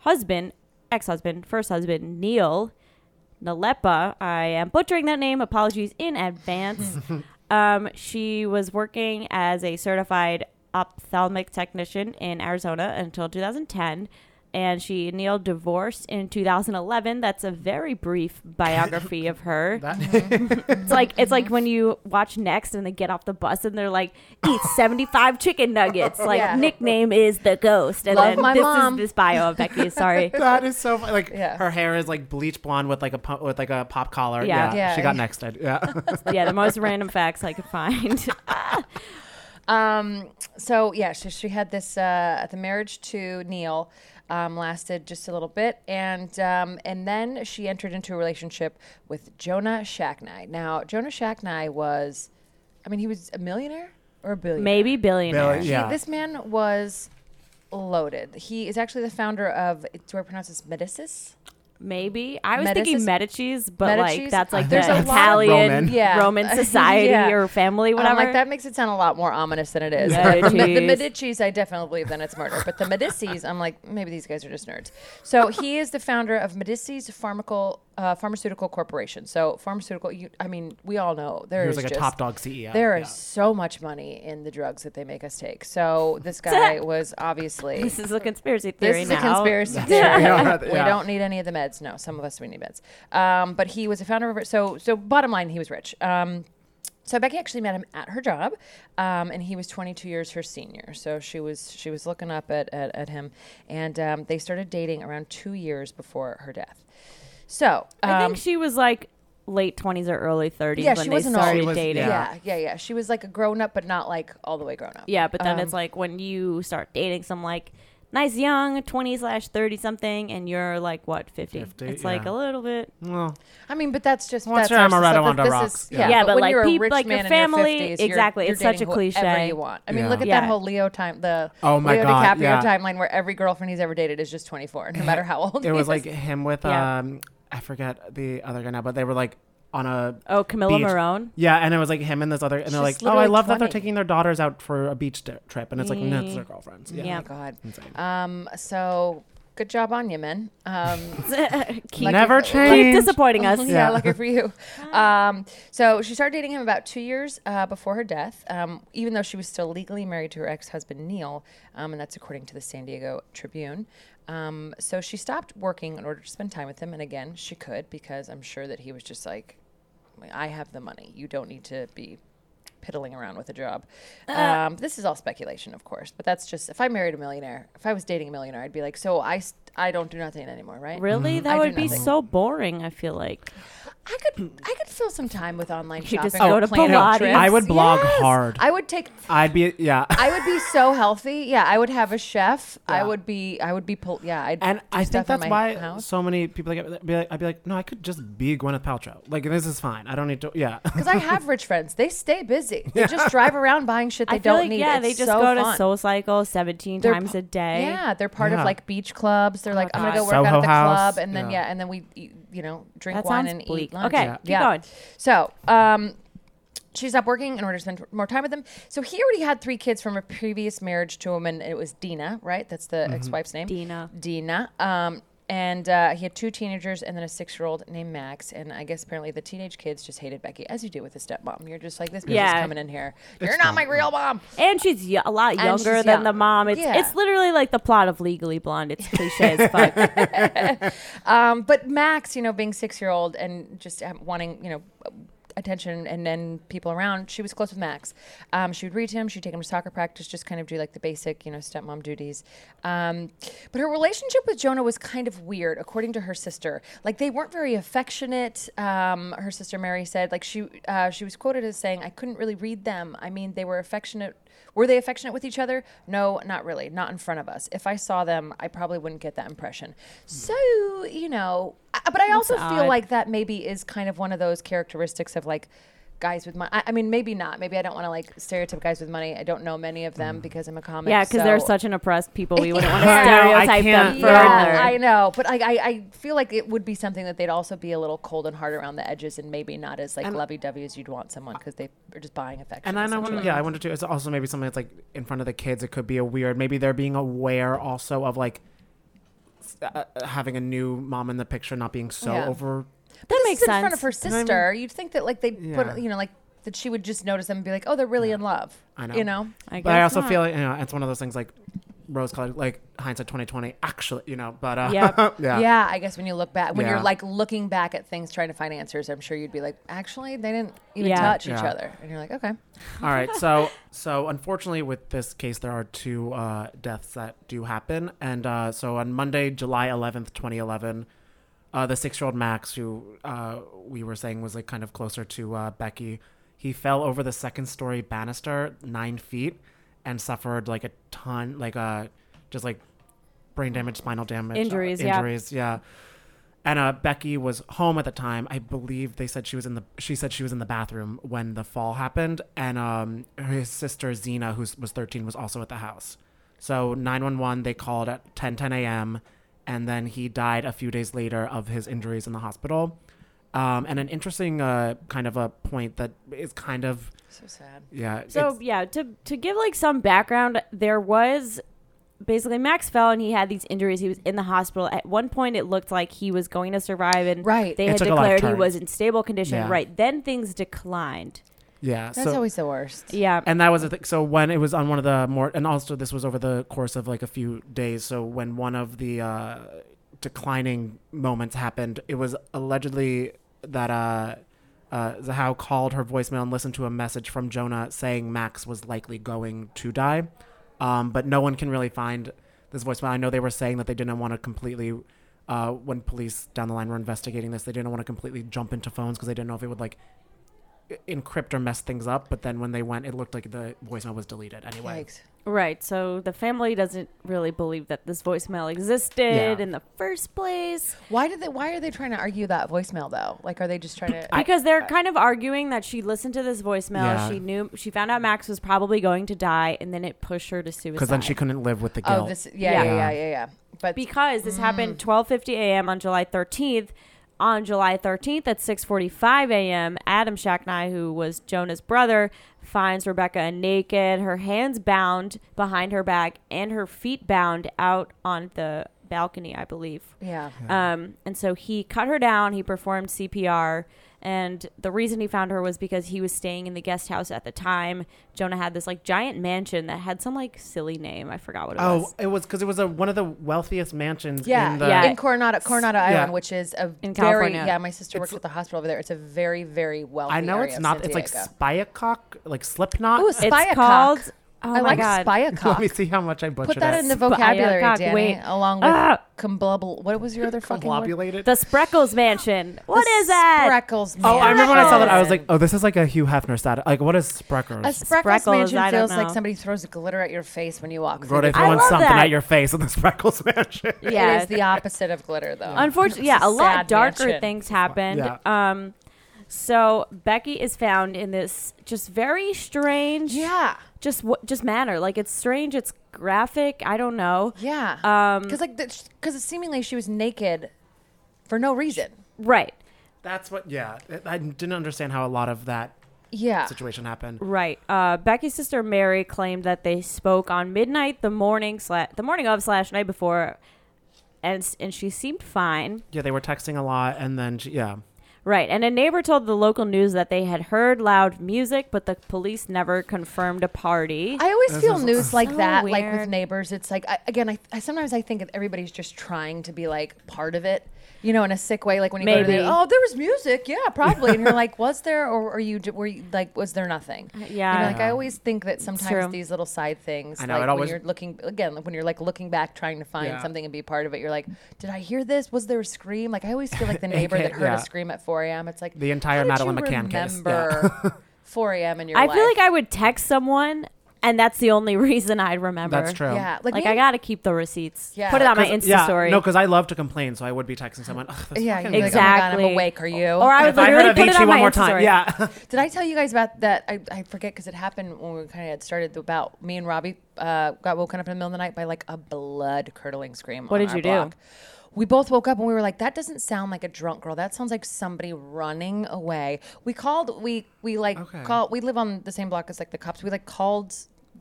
[SPEAKER 9] husband, ex husband, first husband, Neil Nalepa. I am butchering that name. Apologies in advance. um, she was working as a certified ophthalmic technician in Arizona until 2010. And she, Neil, divorced in 2011. That's a very brief biography of her. It's like it's like when you watch Next and they get off the bus and they're like, eat seventy five chicken nuggets. Like
[SPEAKER 11] Yeah.
[SPEAKER 9] nickname is the ghost, and
[SPEAKER 11] Love
[SPEAKER 9] then
[SPEAKER 11] my
[SPEAKER 9] this
[SPEAKER 11] mom.
[SPEAKER 9] is this bio of Becky. Sorry,
[SPEAKER 10] That is so fu- like
[SPEAKER 11] Yeah.
[SPEAKER 10] her hair is like bleach blonde with like a pu- with like a pop collar.
[SPEAKER 9] Yeah.
[SPEAKER 10] Yeah,
[SPEAKER 11] Yeah.
[SPEAKER 10] she got nexted. Yeah,
[SPEAKER 9] yeah, the most random facts I could find.
[SPEAKER 11] Um, so yeah, she, she had this uh, the marriage to Neil um, lasted just a little bit, and um, and then she entered into a relationship with Jonah Shacknai. Now Jonah Shacknai was, I mean, he was a millionaire or a billionaire.
[SPEAKER 9] Maybe billionaire.
[SPEAKER 10] Billi-
[SPEAKER 11] He-
[SPEAKER 10] yeah.
[SPEAKER 11] this man was loaded. He is actually the founder of. Do I pronounce this Medicis?
[SPEAKER 9] Maybe I was
[SPEAKER 11] Medicis-
[SPEAKER 9] thinking Medici's, but like
[SPEAKER 11] Medicis?
[SPEAKER 9] that's like
[SPEAKER 11] There's a
[SPEAKER 9] the
[SPEAKER 11] lot of-
[SPEAKER 9] Italian Roman,
[SPEAKER 10] Roman.
[SPEAKER 11] Yeah.
[SPEAKER 9] society
[SPEAKER 11] Yeah.
[SPEAKER 9] or family,
[SPEAKER 11] I'm
[SPEAKER 9] whatever.
[SPEAKER 11] like that makes it sound a lot more ominous than it is.
[SPEAKER 9] Medicis.
[SPEAKER 11] the Medici's, I definitely believe then it's murder, but the Medicis, I'm like maybe these guys are just nerds. So he is the founder of Medicis Pharmacal, uh, Pharmaceutical Corporation. So pharmaceutical, you, I mean, we all know there
[SPEAKER 10] he
[SPEAKER 11] is
[SPEAKER 10] was like a
[SPEAKER 11] just-
[SPEAKER 10] top dog E CEO.
[SPEAKER 11] There
[SPEAKER 10] Yeah.
[SPEAKER 11] is so much money in the drugs that they make us take. So this guy was obviously
[SPEAKER 9] This is a conspiracy
[SPEAKER 11] This
[SPEAKER 9] theory
[SPEAKER 11] is
[SPEAKER 9] now.
[SPEAKER 11] a conspiracy theory.
[SPEAKER 10] Yeah,
[SPEAKER 11] we
[SPEAKER 10] yeah.
[SPEAKER 11] don't need any of the meds. No, some of us we need meds. Um, but he was a founder of so so. Bottom line, he was rich. Um, so Becky actually met him at her job, um, and he was 22 years her senior. So she was she was looking up at at, at him, and um, they started dating around two years before her death. So um,
[SPEAKER 9] I think she was like late twenties or early thirties
[SPEAKER 11] yeah,
[SPEAKER 9] when
[SPEAKER 11] she
[SPEAKER 9] they
[SPEAKER 11] wasn't all
[SPEAKER 9] started
[SPEAKER 10] She was-
[SPEAKER 9] dating.
[SPEAKER 10] yeah.
[SPEAKER 11] yeah, yeah, yeah. She was like a grown up, but not like all the way grown up.
[SPEAKER 9] Yeah, but then
[SPEAKER 11] Um,
[SPEAKER 9] it's like when you start dating some like nice young 20 slash 30 something and you're like what 50,
[SPEAKER 10] 50,
[SPEAKER 9] it's like
[SPEAKER 10] yeah.
[SPEAKER 9] a little bit
[SPEAKER 10] Well,
[SPEAKER 11] I mean, but that's just
[SPEAKER 10] Once
[SPEAKER 11] that's
[SPEAKER 10] you're
[SPEAKER 11] our
[SPEAKER 10] amaretto
[SPEAKER 11] society-
[SPEAKER 10] on the
[SPEAKER 11] this
[SPEAKER 10] rocks,
[SPEAKER 11] is-
[SPEAKER 10] yeah.
[SPEAKER 11] yeah.
[SPEAKER 9] Yeah, but
[SPEAKER 11] when
[SPEAKER 9] like
[SPEAKER 11] you're a
[SPEAKER 9] peop-
[SPEAKER 11] rich
[SPEAKER 9] like your
[SPEAKER 11] man in your
[SPEAKER 9] family-
[SPEAKER 11] 50s, you're-
[SPEAKER 9] exactly,
[SPEAKER 11] you're
[SPEAKER 9] it's such
[SPEAKER 11] dating
[SPEAKER 9] a
[SPEAKER 11] whoever
[SPEAKER 9] cliche.
[SPEAKER 11] You want? I mean,
[SPEAKER 10] Yeah.
[SPEAKER 11] look at
[SPEAKER 9] Yeah.
[SPEAKER 11] that whole Leo time, the
[SPEAKER 10] Oh my
[SPEAKER 11] Leo
[SPEAKER 10] God,
[SPEAKER 11] DiCaprio
[SPEAKER 10] yeah.
[SPEAKER 11] timeline where every girlfriend he's ever dated is just 24, no matter how old.
[SPEAKER 10] it
[SPEAKER 11] he
[SPEAKER 10] was
[SPEAKER 11] is.
[SPEAKER 10] like him with
[SPEAKER 9] Yeah.
[SPEAKER 10] um I forget the other guy now, but they were like on a
[SPEAKER 9] oh camilla
[SPEAKER 10] beach.
[SPEAKER 9] marone
[SPEAKER 10] Yeah, and it was like him and this other, and they're
[SPEAKER 11] She's
[SPEAKER 10] like, "Oh, I
[SPEAKER 11] literally
[SPEAKER 10] love that they're
[SPEAKER 11] 20.
[SPEAKER 10] taking their daughters out for a beach di- trip," and it's like, "No, it's their girlfriends." Yeah,
[SPEAKER 9] Yeah.
[SPEAKER 11] oh my
[SPEAKER 10] Insane.
[SPEAKER 11] god. Um, so good job on you, men. Um,
[SPEAKER 9] keep,
[SPEAKER 10] never
[SPEAKER 9] keep
[SPEAKER 10] change.
[SPEAKER 9] disappointing us
[SPEAKER 11] yeah,
[SPEAKER 10] Yeah.
[SPEAKER 11] lucky for you. Um, so she started dating him about two years uh, before her death, um, even though she was still legally married to her ex husband, Neil, um, and that's according to the San Diego Tribune. Um, so she stopped working in order to spend time with him, and again, she could because I'm sure that he was just like, I have the money. You don't need to be piddling around with a job.
[SPEAKER 9] Uh,
[SPEAKER 11] Um, this is all speculation, of course, but that's just if I married a millionaire, if I was dating a millionaire, I'd be like, so I, st- I don't do nothing anymore, right?
[SPEAKER 10] Mm-hmm.
[SPEAKER 9] really
[SPEAKER 11] I
[SPEAKER 9] that
[SPEAKER 11] do
[SPEAKER 9] would be
[SPEAKER 11] nothing.
[SPEAKER 9] so boring i feel like
[SPEAKER 11] I could I could fill some time with online
[SPEAKER 9] could
[SPEAKER 11] shopping.
[SPEAKER 9] just go
[SPEAKER 11] or
[SPEAKER 9] to
[SPEAKER 11] plan out
[SPEAKER 9] Pilates.
[SPEAKER 11] trips.
[SPEAKER 10] I would blog hard.
[SPEAKER 11] I would take.
[SPEAKER 10] I'd be yeah.
[SPEAKER 11] I would be so healthy. Yeah, I would have a chef. I would be. I would be. Pol- yeah, I'd
[SPEAKER 10] and
[SPEAKER 11] do
[SPEAKER 10] I
[SPEAKER 11] stuff
[SPEAKER 10] think
[SPEAKER 11] in
[SPEAKER 10] that's
[SPEAKER 11] my
[SPEAKER 10] why
[SPEAKER 11] house.
[SPEAKER 10] so many people like, be like, I'd be like, "No, I could just be Gwyneth Paltrow. Like, this is fine. I don't need to." Yeah,
[SPEAKER 11] Because I have rich friends. They stay busy. They just drive around buying shit they
[SPEAKER 9] i feel
[SPEAKER 11] don't
[SPEAKER 9] like
[SPEAKER 11] need.
[SPEAKER 9] yeah
[SPEAKER 11] It's
[SPEAKER 9] they just
[SPEAKER 11] so
[SPEAKER 9] go to
[SPEAKER 11] fun.
[SPEAKER 9] soul cycle 17
[SPEAKER 11] They're
[SPEAKER 9] times
[SPEAKER 11] pa-
[SPEAKER 9] a day
[SPEAKER 11] Yeah, they're part
[SPEAKER 10] Yeah.
[SPEAKER 11] of like beach clubs clubs.
[SPEAKER 9] Oh
[SPEAKER 11] They're like, I'm gonna go work
[SPEAKER 10] God.
[SPEAKER 11] out
[SPEAKER 10] Soho
[SPEAKER 11] at the
[SPEAKER 10] House,
[SPEAKER 11] club, and then
[SPEAKER 10] yeah.
[SPEAKER 11] yeah, and then we, eat, you know, drink
[SPEAKER 9] That
[SPEAKER 11] wine
[SPEAKER 9] sounds
[SPEAKER 11] and
[SPEAKER 9] bleak.
[SPEAKER 11] eat lunch.
[SPEAKER 9] Okay,
[SPEAKER 11] yeah.
[SPEAKER 9] keep going.
[SPEAKER 11] So, um, she stopped working in order to spend more time with him. So he already had three kids from a previous marriage to a woman. It was Dina, right? That's the
[SPEAKER 10] Mm-hmm.
[SPEAKER 11] ex-wife's name.
[SPEAKER 9] Dina.
[SPEAKER 11] Dina. Um, and uh, he had two teenagers and then a six-year-old named Max. And I guess apparently the teenage kids just hated Becky, as you do with a stepmom. You're just like, this bitch
[SPEAKER 9] Yeah.
[SPEAKER 11] is coming in here. You're not my real mom.
[SPEAKER 9] And she's y- a lot
[SPEAKER 11] And
[SPEAKER 9] younger
[SPEAKER 11] she's
[SPEAKER 9] than
[SPEAKER 11] young.
[SPEAKER 9] the mom. It's
[SPEAKER 11] Yeah.
[SPEAKER 9] it's literally like the plot of Legally Blonde. It's cliche as fuck.
[SPEAKER 11] Um, but Max, you know, being six year old and just um, wanting, you know, attention and then people around, she was close with Max. Um, she would read him, she'd take him to soccer practice, just kind of do like the basic, you know, stepmom duties. Um, but her relationship with Jonah was kind of weird, according to her sister. Like they weren't very affectionate. Um, her sister Mary said, like she uh, she was quoted as saying, "I couldn't really read them. I mean, they were affectionate." Were they affectionate with each other? No, not really. Not in front of us. If I saw them, I probably wouldn't get that impression. So, you know, I- but I also feel
[SPEAKER 9] odd.
[SPEAKER 11] like that maybe is kind of one of those characteristics of like guys with money. I, I mean, maybe not. Maybe I don't want to like stereotype guys with money. I don't know many of
[SPEAKER 10] Mm.
[SPEAKER 11] them because I'm a comic.
[SPEAKER 9] yeah, because they're
[SPEAKER 11] so-
[SPEAKER 9] such an oppressed people. We wouldn't want to
[SPEAKER 11] Yeah. No,
[SPEAKER 10] I
[SPEAKER 9] stereotype them
[SPEAKER 10] can't.
[SPEAKER 9] further.
[SPEAKER 11] Yeah, I know, but like I, I feel like it would be something that they'd also be a little cold and hard around the edges, and maybe not as like lovey-dovey as you'd want someone because they are just buying affection.
[SPEAKER 10] And then I wonder,
[SPEAKER 11] essentially.
[SPEAKER 10] yeah, I wonder too. It's also maybe something that's like in front of the kids. It could be a weird. Maybe they're being aware also of like s- uh, uh, having a new mom in the picture, not being so
[SPEAKER 11] Yeah.
[SPEAKER 10] over.
[SPEAKER 9] That
[SPEAKER 11] But this
[SPEAKER 9] makes
[SPEAKER 11] is in front
[SPEAKER 9] sense.
[SPEAKER 11] of her
[SPEAKER 10] know what I mean?
[SPEAKER 11] sister. You'd think that like they
[SPEAKER 10] Yeah.
[SPEAKER 11] put you know like that she would just notice them and be like, oh, they're really in love.
[SPEAKER 10] I know.
[SPEAKER 11] You know.
[SPEAKER 9] I
[SPEAKER 10] But I
[SPEAKER 9] guess
[SPEAKER 10] also
[SPEAKER 9] not.
[SPEAKER 10] feel like you know it's one of those things like rose colored, like hindsight twenty twenty. Actually, you know, but uh,
[SPEAKER 9] Yep.
[SPEAKER 10] yeah,
[SPEAKER 11] Yeah, I guess when you look back, when you're
[SPEAKER 10] Yeah.
[SPEAKER 11] like looking back at things, trying to find answers, I'm sure you'd be like, actually, they didn't even
[SPEAKER 9] Yeah.
[SPEAKER 11] touch each
[SPEAKER 10] Yeah.
[SPEAKER 11] other, and you're like, okay,
[SPEAKER 10] All right, so so unfortunately, with this case, there are two uh, deaths that do happen, and uh, so on Monday, July eleventh, twenty eleven, uh, the six-year-old Max, who uh, we were saying was like kind of closer to uh, Becky, he fell over the second-story banister nine feet and suffered like a ton, like uh, just like brain damage, spinal damage, uh,
[SPEAKER 9] Injuries, yeah.
[SPEAKER 10] injuries, yeah. And uh, Becky was home at the time. I believe they said she was in the she said she was in the bathroom when the fall happened, and um, his sister Zena, who was 13, was also at the house. So 911 they called at 10 10 a.m. and then he died a few days later of his injuries in the hospital. Um, and an interesting uh, kind of a point that is kind of
[SPEAKER 11] so sad.
[SPEAKER 10] yeah.
[SPEAKER 9] So
[SPEAKER 10] it's-
[SPEAKER 9] yeah, to to give like some background, there was basically Max fell and he had these injuries. He was in the hospital. At one point, it looked like he was going to survive, and
[SPEAKER 11] Right.
[SPEAKER 9] they
[SPEAKER 10] It
[SPEAKER 9] had
[SPEAKER 10] took a left
[SPEAKER 9] declared he
[SPEAKER 10] turn.
[SPEAKER 9] was in stable condition.
[SPEAKER 10] Yeah.
[SPEAKER 9] Right then, things declined.
[SPEAKER 10] yeah.
[SPEAKER 11] That's
[SPEAKER 10] so,
[SPEAKER 11] always the worst.
[SPEAKER 9] Yeah,
[SPEAKER 10] And that was the thing. So when it was on one of the more, and also this was over the course of like a few days. So when one of the uh, declining moments happened, it was allegedly that uh, uh, Zahao called her voicemail and listened to a message from Jonah saying Max was likely going to die. Um, but no one can really find this voicemail. I know they were saying that they didn't want to completely. Uh, when police down the line were investigating this, they didn't want to completely jump into phones because they didn't know if it would like encrypt or mess things up, but then when they went, it looked like the voicemail was deleted anyway.
[SPEAKER 11] Yikes.
[SPEAKER 9] right. So the family doesn't really believe that this voicemail existed
[SPEAKER 10] Yeah.
[SPEAKER 9] in the first place
[SPEAKER 11] Why did they? Why are they trying to argue that voicemail though? Like, are they just trying to?
[SPEAKER 9] because they're kind of arguing that she listened to this voicemail.
[SPEAKER 10] Yeah.
[SPEAKER 9] She knew she found out Max was probably going to die, and then it pushed her to suicide.
[SPEAKER 10] Because then she couldn't live with the guilt.
[SPEAKER 11] oh, this. Yeah, yeah, yeah, yeah, yeah. But
[SPEAKER 9] because this happened 12:50 a.m. on July 13th. On July 13th at 6:45 a.m., Adam Shacknai, who was Jonah's brother, finds Rebecca naked, her hands bound behind her back and her feet bound out on the balcony, I believe.
[SPEAKER 11] yeah,
[SPEAKER 9] Um, and so he cut her down. He performed CPR. And the reason he found her was because he was staying in the guest house at the time. Jonah had this like giant mansion that had some like silly name. I forgot what it was.
[SPEAKER 10] oh, it was because it was a, one of the wealthiest mansions
[SPEAKER 11] yeah,
[SPEAKER 10] in the.
[SPEAKER 9] Yeah.
[SPEAKER 11] in Coronado, Coronado
[SPEAKER 10] Yeah.
[SPEAKER 11] Island, which is a
[SPEAKER 9] In
[SPEAKER 11] very
[SPEAKER 9] California.
[SPEAKER 11] yeah. My sister works at the hospital over there. It's a very, very wealthy.
[SPEAKER 10] I know
[SPEAKER 11] area
[SPEAKER 10] it's
[SPEAKER 11] of
[SPEAKER 10] not.
[SPEAKER 11] San
[SPEAKER 10] It's like
[SPEAKER 11] Diego.
[SPEAKER 10] Spyacock, like Slipknot.
[SPEAKER 11] Ooh, spy
[SPEAKER 9] It's called. Oh
[SPEAKER 11] I
[SPEAKER 9] my
[SPEAKER 11] like
[SPEAKER 9] god.
[SPEAKER 10] Let me
[SPEAKER 11] spyacock.
[SPEAKER 10] see how much I butchered
[SPEAKER 11] Put that in the
[SPEAKER 10] it.
[SPEAKER 11] vocabulary,
[SPEAKER 9] Spyacock,
[SPEAKER 11] Danny,
[SPEAKER 9] wait.
[SPEAKER 11] along with
[SPEAKER 9] Ah!
[SPEAKER 11] complobul. What was your other fucking word?
[SPEAKER 10] Globulated.
[SPEAKER 9] The Spreckles Mansion. What is that?
[SPEAKER 11] Spreckles.
[SPEAKER 10] Oh, I remember when I saw that. I was like, "Oh, this is like a Hugh Hefner status. Like, what is Spreckers?
[SPEAKER 11] A Spreckles,
[SPEAKER 9] Spreckles,
[SPEAKER 11] mansion
[SPEAKER 9] I don't
[SPEAKER 11] feels like
[SPEAKER 9] know.
[SPEAKER 11] somebody throws glitter at your face when you walk
[SPEAKER 10] Bro,
[SPEAKER 11] through.
[SPEAKER 10] they
[SPEAKER 11] The-
[SPEAKER 10] throwing
[SPEAKER 9] love
[SPEAKER 10] something
[SPEAKER 9] that.
[SPEAKER 10] at your face in the Spreckles mansion.
[SPEAKER 9] Yeah.
[SPEAKER 11] It is the opposite of glitter, though.
[SPEAKER 9] Unfortunately,
[SPEAKER 11] It's
[SPEAKER 9] yeah, a lot
[SPEAKER 11] sad
[SPEAKER 9] darker
[SPEAKER 11] mansion.
[SPEAKER 9] things happened.
[SPEAKER 10] Yeah.
[SPEAKER 11] uh,
[SPEAKER 9] Um, so Becky is found in this just very strange
[SPEAKER 11] Yeah.
[SPEAKER 9] just w- just matter. Like it's strange. It's graphic. I don't know.
[SPEAKER 11] Yeah.
[SPEAKER 9] Um,
[SPEAKER 11] Because like, because seemingly she was naked for no reason.
[SPEAKER 9] Right.
[SPEAKER 10] That's what. Yeah, I I didn't understand how a lot of that
[SPEAKER 11] Yeah.
[SPEAKER 10] situation happened.
[SPEAKER 9] Right. Uh, Becky's sister Mary claimed that they spoke on midnight the morning sla- the morning of slash night before, and s- and she seemed fine.
[SPEAKER 10] Yeah, they were texting a lot, and then she, yeah,
[SPEAKER 9] Right. And a neighbor told the local news that they had heard loud music, but the police never confirmed a party.
[SPEAKER 11] I always feel news like
[SPEAKER 9] So
[SPEAKER 11] that, like with
[SPEAKER 9] weird.
[SPEAKER 11] neighbors. It's like I, again, I, I sometimes I think that everybody's just trying to be like part of it, you know, in a sick way. Like when you go to
[SPEAKER 9] Maybe.
[SPEAKER 11] the, oh, there was music, yeah, probably, and you're like, was there, or were you, were you like, was there nothing? You know,
[SPEAKER 9] Uh, yeah.
[SPEAKER 11] like I always think that sometimes
[SPEAKER 9] true.
[SPEAKER 11] these little side things,
[SPEAKER 10] I know,
[SPEAKER 11] like
[SPEAKER 10] it
[SPEAKER 11] when
[SPEAKER 10] always-
[SPEAKER 11] you're looking again, like, when you're like looking back, trying to find
[SPEAKER 10] Yeah.
[SPEAKER 11] something and be part of it, you're like, did I hear this? Was there a scream? Like I always feel like the neighbor that heard
[SPEAKER 10] Yeah.
[SPEAKER 11] a scream at 4 a.m. It's like
[SPEAKER 10] The entire
[SPEAKER 11] how did
[SPEAKER 10] Madeleine
[SPEAKER 11] you
[SPEAKER 10] McCann case, yeah.
[SPEAKER 11] Remember 4 a.m. in your
[SPEAKER 9] I
[SPEAKER 11] life?
[SPEAKER 9] feel like I would text someone, and that's the only reason I'd remember.
[SPEAKER 10] that's true.
[SPEAKER 11] yeah,
[SPEAKER 9] Like, I
[SPEAKER 11] maybe-
[SPEAKER 9] gotta keep the receipts.
[SPEAKER 11] Yeah.
[SPEAKER 9] Put it on my
[SPEAKER 10] 'Cause-
[SPEAKER 9] Insta
[SPEAKER 10] yeah,
[SPEAKER 9] story.
[SPEAKER 10] No, because I love to complain, so I would be texting someone. Ugh, this
[SPEAKER 11] Yeah,
[SPEAKER 10] fucking
[SPEAKER 11] you'd be
[SPEAKER 10] nigga."
[SPEAKER 11] like, "Oh my God, I'm
[SPEAKER 9] Exactly.
[SPEAKER 11] awake, are you?"
[SPEAKER 9] Or I would
[SPEAKER 10] If I
[SPEAKER 9] literally
[SPEAKER 10] heard
[SPEAKER 9] put it
[SPEAKER 10] Avicii
[SPEAKER 9] on
[SPEAKER 10] one
[SPEAKER 9] my
[SPEAKER 10] more
[SPEAKER 9] Insta
[SPEAKER 10] time,
[SPEAKER 9] story.
[SPEAKER 10] yeah.
[SPEAKER 11] Did I tell you guys about that? I, I forget because it happened when we kind of had started about me and Robbie uh, got woken up in the middle of the night by like a blood curdling scream. What
[SPEAKER 9] did you do?
[SPEAKER 11] We both woke up and we were like, "That doesn't sound like a drunk girl. That sounds like somebody running away." We called. We we like
[SPEAKER 10] Okay.
[SPEAKER 11] call. We live on the same block as like the cops. We like called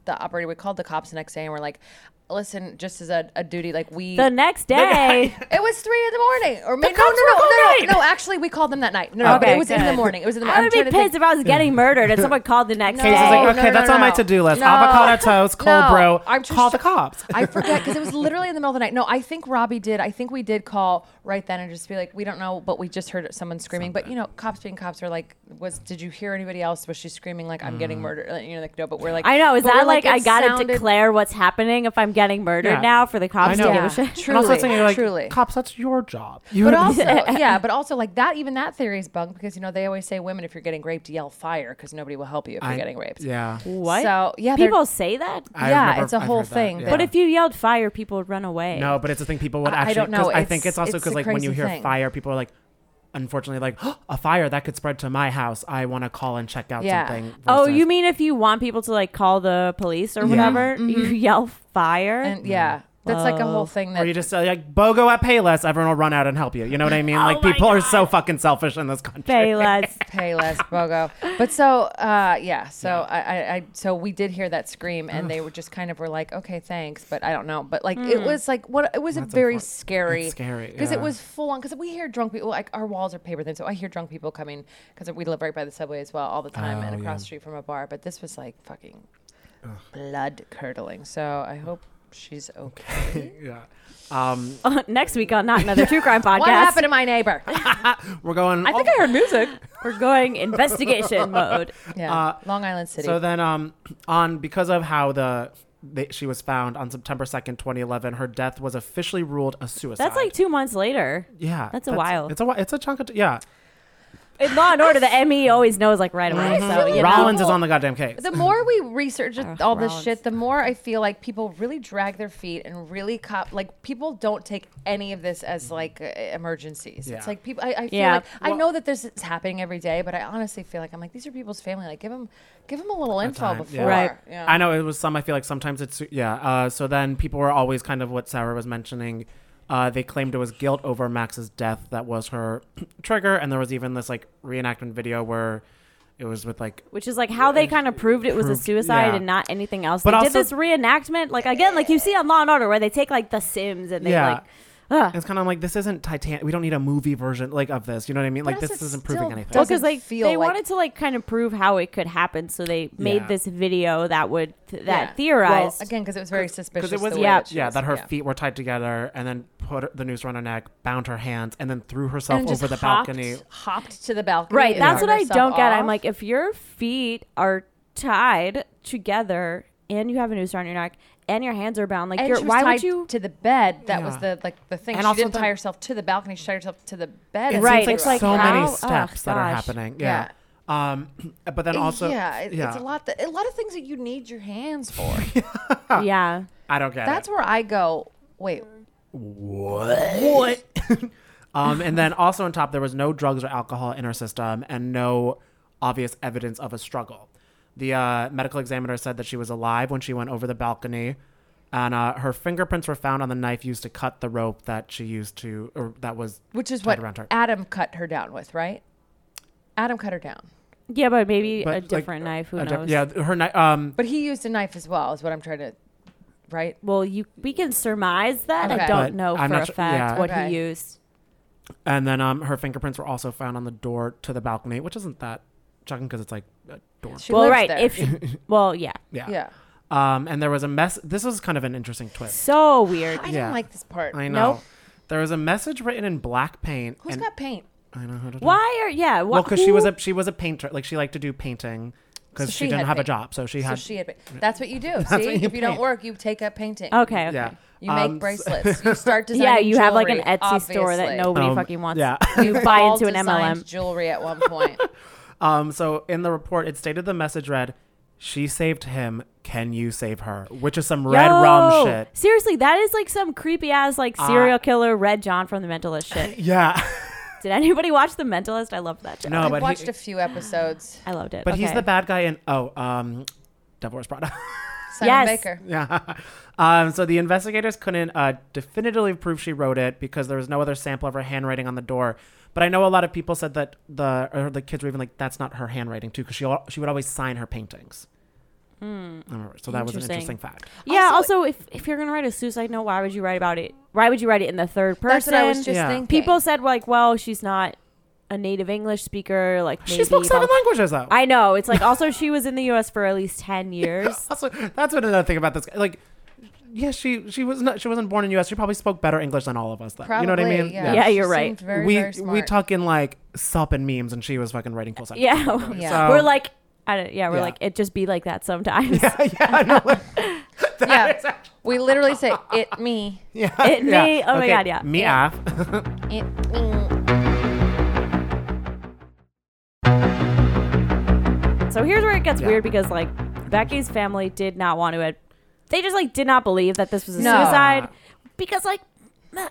[SPEAKER 11] the operator. We called the cops the next day and we're like, "Listen, just as a, a duty, like we
[SPEAKER 9] The next day,
[SPEAKER 11] It was three in the morning, or maybe no,
[SPEAKER 9] cops
[SPEAKER 11] no,
[SPEAKER 9] were
[SPEAKER 11] no,
[SPEAKER 9] called
[SPEAKER 11] no,
[SPEAKER 9] night.
[SPEAKER 11] no, no. Actually, we called them that night. No, no, but
[SPEAKER 9] Okay,
[SPEAKER 11] it was in the
[SPEAKER 9] good.
[SPEAKER 11] morning. It was in the morning.
[SPEAKER 9] I would be pissed if I was getting murdered and someone called the next
[SPEAKER 10] Case
[SPEAKER 9] day.
[SPEAKER 10] is like, okay, that's on my to-do list. Avocado toast, cold brew, call the cops.
[SPEAKER 11] I forget because it was literally in the middle of the night. No, I think Robbie did. I think we did call right then and just be like, we don't know, but we just heard someone screaming. But you know, cops being cops are like, was did you hear anybody else? Was she screaming like I'm getting murdered? Like, You know, like no, but we're like,
[SPEAKER 9] Mm. I know. Is
[SPEAKER 11] but we're
[SPEAKER 9] that like, I
[SPEAKER 11] it
[SPEAKER 9] gotta
[SPEAKER 11] sounded-
[SPEAKER 9] declare what's happening if I'm getting murdered
[SPEAKER 10] Yeah.
[SPEAKER 9] now for the
[SPEAKER 10] I
[SPEAKER 9] cops to
[SPEAKER 10] know.
[SPEAKER 9] give
[SPEAKER 11] Yeah,
[SPEAKER 9] a shit?
[SPEAKER 10] And also thinking like,
[SPEAKER 11] truly.
[SPEAKER 10] cops, that's your job. You
[SPEAKER 11] But also, yeah, but also like that. Even that theory is bunk because you know they always say women if you're getting raped yell fire because nobody will help you if you're getting raped.
[SPEAKER 10] Yeah.
[SPEAKER 9] What?
[SPEAKER 11] So, yeah, they're-
[SPEAKER 9] people say that.
[SPEAKER 10] I
[SPEAKER 11] Yeah,
[SPEAKER 10] remember-
[SPEAKER 11] it's a
[SPEAKER 10] I've
[SPEAKER 11] whole
[SPEAKER 10] heard that,
[SPEAKER 11] thing.
[SPEAKER 10] yeah.
[SPEAKER 9] But if you yelled fire, people would run away.
[SPEAKER 10] No, but it's a thing people would
[SPEAKER 11] I- I
[SPEAKER 10] actually.
[SPEAKER 11] don't know.
[SPEAKER 10] 'cause I
[SPEAKER 11] It's-
[SPEAKER 10] think it's also
[SPEAKER 11] it's
[SPEAKER 10] because
[SPEAKER 11] a
[SPEAKER 10] like when you
[SPEAKER 11] crazy
[SPEAKER 10] hear
[SPEAKER 11] thing.
[SPEAKER 10] fire, people are like, unfortunately, like a fire that could spread to my house. I want to call and check out
[SPEAKER 11] Yeah.
[SPEAKER 10] something.
[SPEAKER 9] Oh,
[SPEAKER 10] versus-
[SPEAKER 9] you mean if you want people to like call the police or whatever, you yell fire?
[SPEAKER 11] Mm-hmm. and yeah, that's like a whole thing
[SPEAKER 10] Mm. Or
[SPEAKER 11] that
[SPEAKER 10] you just say like BOGO at Payless, everyone will run out and help you. You know what I
[SPEAKER 9] Oh
[SPEAKER 10] mean? Like people are so fucking selfish in this country.
[SPEAKER 9] Say less.
[SPEAKER 11] pay less bogo. But so uh, yeah, so I, I, I so we did hear that scream, and they were just kind of were like, okay, thanks, but I don't know. But like it was like what it was a very
[SPEAKER 10] Mm. unfor-
[SPEAKER 11] scary,
[SPEAKER 10] it's scary,
[SPEAKER 11] because it
[SPEAKER 10] yeah.
[SPEAKER 11] was full on. Because we hear drunk people like our walls are paper thin, so I hear drunk people coming because we live right by the subway as well all the time, and
[SPEAKER 10] Oh,
[SPEAKER 11] across
[SPEAKER 10] yeah.
[SPEAKER 11] the street from a bar. But this was like fucking blood curdling. So I hope she's okay.
[SPEAKER 10] Yeah. Um,
[SPEAKER 9] Next week on Not Another True Crime Podcast,
[SPEAKER 11] what happened to my neighbor?
[SPEAKER 10] we're going.
[SPEAKER 11] I think I heard music.
[SPEAKER 9] we're going investigation mode.
[SPEAKER 11] Yeah, Long Island City.
[SPEAKER 10] Uh, So then, um, on because of how the, they she was found on September second, twenty eleven, her death was officially ruled a suicide.
[SPEAKER 9] That's like two months later.
[SPEAKER 10] yeah,
[SPEAKER 9] that's a while.
[SPEAKER 10] It's a while. It's a chunk of t- yeah.
[SPEAKER 9] In Law and Order, the ME always knows like right away. So you know.
[SPEAKER 10] Rollins is on the goddamn case.
[SPEAKER 11] the more we research all this
[SPEAKER 9] Rollins.
[SPEAKER 11] shit, the more I feel like people really drag their feet and really cop. Like people don't take any of this as like uh, emergencies.
[SPEAKER 10] Yeah.
[SPEAKER 11] It's like people. I, I feel
[SPEAKER 9] Mm-hmm. Yeah.
[SPEAKER 11] like I know that this is happening every day, but I honestly feel like I'm like these are people's family. Like give them, give them a little info
[SPEAKER 10] time, yeah.
[SPEAKER 11] before.
[SPEAKER 9] Right.
[SPEAKER 11] Yeah.
[SPEAKER 10] I know it was some. I feel like sometimes it's yeah. Uh, so then people were always kind of what Sarah was mentioning. Uh, they claimed it was guilt over Max's death that was her trigger, and there was even this like reenactment video where it was with like
[SPEAKER 9] Which is like how they kind of proved it was a
[SPEAKER 10] Proved-
[SPEAKER 9] suicide
[SPEAKER 10] yeah.
[SPEAKER 9] and not anything else.
[SPEAKER 10] But
[SPEAKER 9] they did
[SPEAKER 10] also-
[SPEAKER 9] this reenactment, like again, like you see on Law and Order, where they take like the Sims and they
[SPEAKER 10] yeah.
[SPEAKER 9] like. Ugh.
[SPEAKER 10] It's kind of like this isn't Titanic. We don't need a movie version like of this. You know what I mean? Like
[SPEAKER 11] also
[SPEAKER 10] this
[SPEAKER 11] it
[SPEAKER 10] isn't proving
[SPEAKER 11] still
[SPEAKER 10] anything.
[SPEAKER 11] does-
[SPEAKER 9] because
[SPEAKER 11] doesn't
[SPEAKER 9] like
[SPEAKER 11] feel
[SPEAKER 9] they
[SPEAKER 11] like-
[SPEAKER 9] wanted to like kind of prove how it could happen, so they made
[SPEAKER 10] Yeah.
[SPEAKER 9] this video that would that
[SPEAKER 11] Yeah.
[SPEAKER 9] theorized.
[SPEAKER 11] well, again because it was very suspicious.
[SPEAKER 10] Because it was
[SPEAKER 11] the way
[SPEAKER 10] yeah,
[SPEAKER 11] that she
[SPEAKER 10] yeah,
[SPEAKER 11] was-
[SPEAKER 10] that her
[SPEAKER 11] yeah.
[SPEAKER 10] feet were tied together, and then put her- the noose around her neck, bound her hands, and then threw herself
[SPEAKER 11] And just
[SPEAKER 10] over the
[SPEAKER 11] hopped-
[SPEAKER 10] balcony.
[SPEAKER 11] Hopped to the balcony.
[SPEAKER 9] Right.
[SPEAKER 11] and
[SPEAKER 9] That's
[SPEAKER 11] turned
[SPEAKER 9] what I
[SPEAKER 11] herself
[SPEAKER 9] don't get. I'm
[SPEAKER 11] off.
[SPEAKER 9] like, if your feet are tied together and you have a noose around your neck and your hands are bound, like,
[SPEAKER 11] And
[SPEAKER 9] you're,
[SPEAKER 11] she was
[SPEAKER 9] why
[SPEAKER 11] tied
[SPEAKER 9] would you?
[SPEAKER 11] to the bed? That was
[SPEAKER 10] Yeah.
[SPEAKER 11] the like the thing.
[SPEAKER 10] And
[SPEAKER 11] she
[SPEAKER 10] also
[SPEAKER 11] didn't
[SPEAKER 10] the-
[SPEAKER 11] tie herself to the balcony. She tied herself to the bed.
[SPEAKER 10] It
[SPEAKER 11] and
[SPEAKER 9] Right,
[SPEAKER 10] seems like
[SPEAKER 9] it's like how-
[SPEAKER 10] so many
[SPEAKER 9] ugh,
[SPEAKER 10] steps that are
[SPEAKER 9] gosh.
[SPEAKER 10] happening. Yeah. Um, but then also,
[SPEAKER 11] yeah, it- it's a lot. That, a lot of things that you need your hands for.
[SPEAKER 9] yeah.
[SPEAKER 10] I don't get it.
[SPEAKER 11] That's where I go. Wait,
[SPEAKER 10] What? um, and then also on top, there was no drugs or alcohol in her system and no obvious evidence of a struggle. The uh, medical examiner said that she was alive when she went over the balcony, and uh, her fingerprints were found on the knife used to cut the rope that she used to, or that was
[SPEAKER 11] Which is
[SPEAKER 10] tied
[SPEAKER 11] what
[SPEAKER 10] around her.
[SPEAKER 11] Adam cut her down with, right? Adam cut her down.
[SPEAKER 9] Yeah, but maybe
[SPEAKER 10] But,
[SPEAKER 9] a
[SPEAKER 10] like,
[SPEAKER 9] different knife. Who
[SPEAKER 10] a diff-
[SPEAKER 9] knows?
[SPEAKER 10] yeah, her knife. Um,
[SPEAKER 11] But he used a knife as well, is what I'm trying to, right?
[SPEAKER 9] Well, you we can surmise that.
[SPEAKER 11] Okay.
[SPEAKER 9] I don't
[SPEAKER 10] But
[SPEAKER 9] know
[SPEAKER 10] I'm
[SPEAKER 9] for
[SPEAKER 10] not
[SPEAKER 9] a
[SPEAKER 10] su-
[SPEAKER 9] fact
[SPEAKER 10] yeah.
[SPEAKER 9] what
[SPEAKER 11] Okay.
[SPEAKER 9] he used.
[SPEAKER 10] and then um, her fingerprints were also found on the door to the balcony, which isn't that shocking because it's like a door.
[SPEAKER 11] She
[SPEAKER 9] well,
[SPEAKER 11] lives
[SPEAKER 9] right.
[SPEAKER 11] there.
[SPEAKER 9] If she, well, yeah.
[SPEAKER 10] Yeah.
[SPEAKER 11] yeah.
[SPEAKER 10] Um, and there was a mess. This was kind of an interesting twist.
[SPEAKER 9] So weird.
[SPEAKER 11] I
[SPEAKER 10] Yeah.
[SPEAKER 11] don't like this part.
[SPEAKER 10] I
[SPEAKER 11] Who's
[SPEAKER 10] know.
[SPEAKER 9] Nope.
[SPEAKER 10] There was a message written in black paint. and-
[SPEAKER 11] got paint?
[SPEAKER 10] I know how to.
[SPEAKER 9] Why are yeah? Wh-
[SPEAKER 10] Well, because she was
[SPEAKER 9] who-
[SPEAKER 10] a she was a painter. Like she liked to do painting because
[SPEAKER 11] So
[SPEAKER 10] she,
[SPEAKER 11] she
[SPEAKER 10] didn't
[SPEAKER 11] had
[SPEAKER 10] have a
[SPEAKER 11] paint.
[SPEAKER 10] job, so she
[SPEAKER 11] So
[SPEAKER 10] had.
[SPEAKER 11] she had. That's what you do. See,
[SPEAKER 10] what you
[SPEAKER 11] if you don't
[SPEAKER 10] paint.
[SPEAKER 11] work, you take up painting.
[SPEAKER 9] okay. okay.
[SPEAKER 10] yeah.
[SPEAKER 9] Yeah.
[SPEAKER 11] You make
[SPEAKER 10] Um, so-
[SPEAKER 11] bracelets. You start designing.
[SPEAKER 9] you have like an
[SPEAKER 11] jewelry,
[SPEAKER 9] Etsy store that
[SPEAKER 11] obviously.
[SPEAKER 9] nobody
[SPEAKER 10] Um,
[SPEAKER 9] fucking wants.
[SPEAKER 10] yeah.
[SPEAKER 9] You buy
[SPEAKER 11] All
[SPEAKER 9] into an
[SPEAKER 11] designed
[SPEAKER 9] MLM.
[SPEAKER 11] Jewelry at one point.
[SPEAKER 10] Um. So in the report, it stated the message read, "She saved him. Can you save her?" Which is some red
[SPEAKER 9] Yo!
[SPEAKER 10] rum shit. Uh,
[SPEAKER 9] Seriously, that is like some creepy ass like serial killer Red John from The Mentalist shit.
[SPEAKER 10] Yeah.
[SPEAKER 9] Did anybody watch The Mentalist? I loved that. Show.
[SPEAKER 10] no,
[SPEAKER 11] I
[SPEAKER 10] but
[SPEAKER 11] watched
[SPEAKER 10] he,
[SPEAKER 11] a few episodes.
[SPEAKER 9] I loved it.
[SPEAKER 10] but he's
[SPEAKER 9] Okay.
[SPEAKER 10] the bad guy in oh um, Devil Wears Prada.
[SPEAKER 11] Simon
[SPEAKER 9] Yes.
[SPEAKER 11] Baker.
[SPEAKER 10] yeah. Um. So the investigators couldn't uh definitively prove she wrote it because there was no other sample of her handwriting on the door. But I know a lot of people said that the or the kids were even like that's not her handwriting too because she al- she would always sign her paintings.
[SPEAKER 11] Hmm.
[SPEAKER 10] Mm, so that was an
[SPEAKER 9] Interesting.
[SPEAKER 10] interesting fact.
[SPEAKER 9] Yeah.
[SPEAKER 11] Also-
[SPEAKER 9] Also, if if you're gonna write a suicide note, why would you write about it? Why would you write it in the third person?
[SPEAKER 11] That's what I was just
[SPEAKER 10] Yeah.
[SPEAKER 11] thinking.
[SPEAKER 9] People said like, well, she's not a native English speaker. Like maybe
[SPEAKER 10] She spoke seven
[SPEAKER 9] blah-
[SPEAKER 10] languages though.
[SPEAKER 9] I know. It's like also she was in the U.S. for at least ten years.
[SPEAKER 10] that's what, that's what another thing about this. guy- Like, yeah, she she was not she wasn't born in U.S. She probably spoke better English than all of us. Though.
[SPEAKER 11] Probably.
[SPEAKER 10] you know what I mean?
[SPEAKER 11] Yeah.
[SPEAKER 9] Yeah,
[SPEAKER 11] She
[SPEAKER 9] you're right.
[SPEAKER 11] seemed Very,
[SPEAKER 10] we
[SPEAKER 11] very smart.
[SPEAKER 10] we talk in like sup and memes, and she was fucking writing full sentences.
[SPEAKER 9] yeah.
[SPEAKER 11] Yeah.
[SPEAKER 9] We're like, I don't, yeah, we're
[SPEAKER 10] Yeah.
[SPEAKER 9] like it just be like that sometimes.
[SPEAKER 10] yeah, I know. That
[SPEAKER 11] Yeah.
[SPEAKER 10] is actually-
[SPEAKER 11] We literally say it me.
[SPEAKER 10] yeah,
[SPEAKER 9] It may- oh my God, yeah.
[SPEAKER 10] Me
[SPEAKER 11] Yeah.
[SPEAKER 10] af.
[SPEAKER 11] It me.
[SPEAKER 9] So here's where it gets
[SPEAKER 10] Yeah.
[SPEAKER 9] weird because like Becky's family did not want to. Ad- they just like did not believe that this was a
[SPEAKER 11] No.
[SPEAKER 9] suicide because like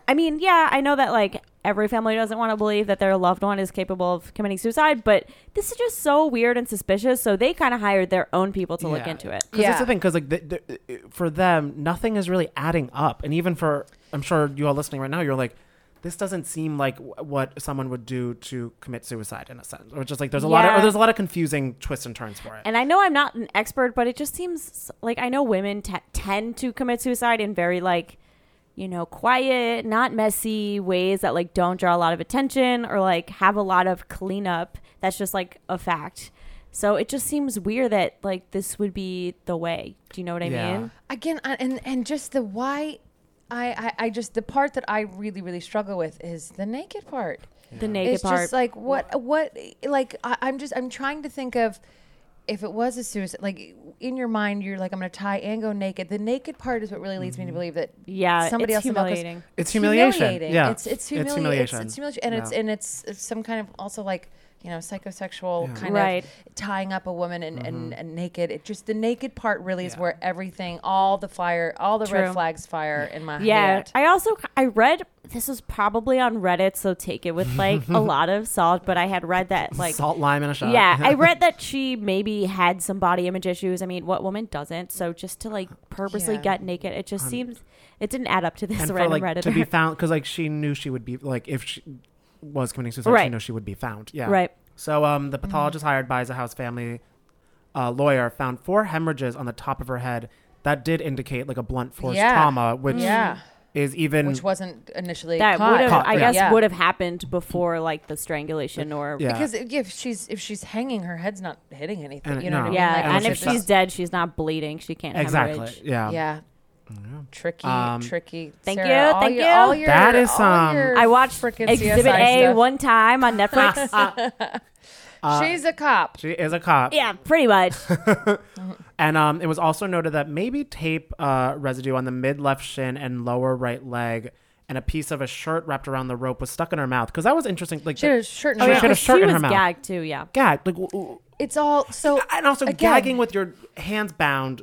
[SPEAKER 9] I mean yeah I know that like every family doesn't want to believe that their loved one is capable of committing suicide but this is just so weird and suspicious so they kind of hired their own people to look
[SPEAKER 10] Yeah.
[SPEAKER 9] into it.
[SPEAKER 10] Because that's
[SPEAKER 11] Yeah.
[SPEAKER 10] the thing. Because like, the, the, for them, nothing is really adding up. And even for, I'm sure you all listening right now, you're like, this doesn't seem like w- what someone would do to commit suicide in a sense, or just like there's a lot of, or
[SPEAKER 9] Yeah.
[SPEAKER 10] there's a lot of confusing twists and turns for it.
[SPEAKER 9] And I know I'm not an expert, but it just seems like I know women t- tend to commit suicide in very like, you know, quiet, not messy ways that like don't draw a lot of attention or like have a lot of cleanup. That's just like a fact. So it just seems weird that like this would be the way. Do you know what I
[SPEAKER 10] Yeah.
[SPEAKER 9] mean?
[SPEAKER 11] again I, and and just the why I, I i just the part that i really really struggle with is the naked part
[SPEAKER 9] The naked
[SPEAKER 11] it's
[SPEAKER 9] part.
[SPEAKER 11] just like what what like I, i'm just i'm trying to think of if it was a suicide like in your mind you're like i'm gonna tie and go naked the naked part is what really leads me to believe that
[SPEAKER 9] Mm-hmm. Yeah,
[SPEAKER 11] somebody
[SPEAKER 9] it's
[SPEAKER 11] else in Malcolm's-
[SPEAKER 9] humiliating.
[SPEAKER 10] It's humiliation. Yeah.
[SPEAKER 11] it's
[SPEAKER 10] It's
[SPEAKER 11] it's, humili-
[SPEAKER 10] humiliation.
[SPEAKER 11] it's, it's humiliation and it's
[SPEAKER 10] Yeah.
[SPEAKER 11] and it's, it's some kind of also like you know psychosexual kind
[SPEAKER 9] Right.
[SPEAKER 11] of tying up a woman and, and,
[SPEAKER 10] Mm-hmm.
[SPEAKER 11] and naked it just the naked part really is where everything all the fire all the red
[SPEAKER 9] True.
[SPEAKER 11] flags fire in my
[SPEAKER 9] Yeah.
[SPEAKER 11] head
[SPEAKER 9] I also I read this was probably on Reddit, so take it with like a lot of salt, but I had read that like
[SPEAKER 10] Salt, lime, and a shot.
[SPEAKER 9] Yeah, I read that she maybe had some body image issues. I mean, what woman doesn't? So just to like purposely
[SPEAKER 11] Yeah.
[SPEAKER 9] get naked, it just seems it didn't add up to this
[SPEAKER 10] and for
[SPEAKER 9] random
[SPEAKER 10] like
[SPEAKER 9] Reddit.
[SPEAKER 10] to be found because like she knew she would be like if she was committing suicide she
[SPEAKER 9] Right.
[SPEAKER 10] knew she would be found yeah
[SPEAKER 9] Right.
[SPEAKER 10] so um the pathologist hired by the house family uh, lawyer found four hemorrhages on the top of her head that did indicate like a blunt force
[SPEAKER 11] Yeah.
[SPEAKER 10] trauma which
[SPEAKER 11] Yeah.
[SPEAKER 10] is even
[SPEAKER 11] which wasn't initially
[SPEAKER 9] Mm. that
[SPEAKER 11] caught.
[SPEAKER 9] would have,
[SPEAKER 10] Caught,
[SPEAKER 9] I
[SPEAKER 10] yeah.
[SPEAKER 9] guess,
[SPEAKER 11] Yeah.
[SPEAKER 9] would have happened before like the strangulation or
[SPEAKER 10] yeah
[SPEAKER 11] because if if she's if she's hanging her head's not hitting anything
[SPEAKER 10] And-
[SPEAKER 11] you know
[SPEAKER 10] no.
[SPEAKER 11] what I mean?
[SPEAKER 9] Yeah,
[SPEAKER 11] Like,
[SPEAKER 9] and
[SPEAKER 11] it's
[SPEAKER 9] if
[SPEAKER 10] it's-
[SPEAKER 9] she's dead, she's not bleeding. She can't
[SPEAKER 10] exactly
[SPEAKER 9] hemorrhage.
[SPEAKER 10] yeah Um,
[SPEAKER 11] yeah tricky tricky
[SPEAKER 9] Thank
[SPEAKER 11] Sarah,
[SPEAKER 9] you,
[SPEAKER 11] all
[SPEAKER 9] thank
[SPEAKER 11] your,
[SPEAKER 9] you.
[SPEAKER 11] all your,
[SPEAKER 10] That is um,
[SPEAKER 11] all
[SPEAKER 10] some-
[SPEAKER 11] your
[SPEAKER 9] I watched
[SPEAKER 11] frickin'
[SPEAKER 9] Exhibit
[SPEAKER 11] CSI
[SPEAKER 9] A
[SPEAKER 11] stuff.
[SPEAKER 9] one time on Netflix.
[SPEAKER 10] Uh,
[SPEAKER 11] she's a cop
[SPEAKER 10] she is a cop
[SPEAKER 9] yeah, pretty much.
[SPEAKER 10] and um it was also noted that maybe tape uh residue on the mid left shin and lower right leg and a piece of a shirt wrapped around the rope was stuck in her mouth because that was interesting like
[SPEAKER 11] she
[SPEAKER 10] the-
[SPEAKER 11] had a shirt and
[SPEAKER 10] Oh, yeah.
[SPEAKER 11] her
[SPEAKER 10] She had a shirt
[SPEAKER 9] she
[SPEAKER 10] in
[SPEAKER 9] was
[SPEAKER 10] her mouth.
[SPEAKER 9] gagged too. Yeah,
[SPEAKER 10] gag like w- w-
[SPEAKER 11] It's all so
[SPEAKER 10] and also
[SPEAKER 11] again,
[SPEAKER 10] gagging with your hands bound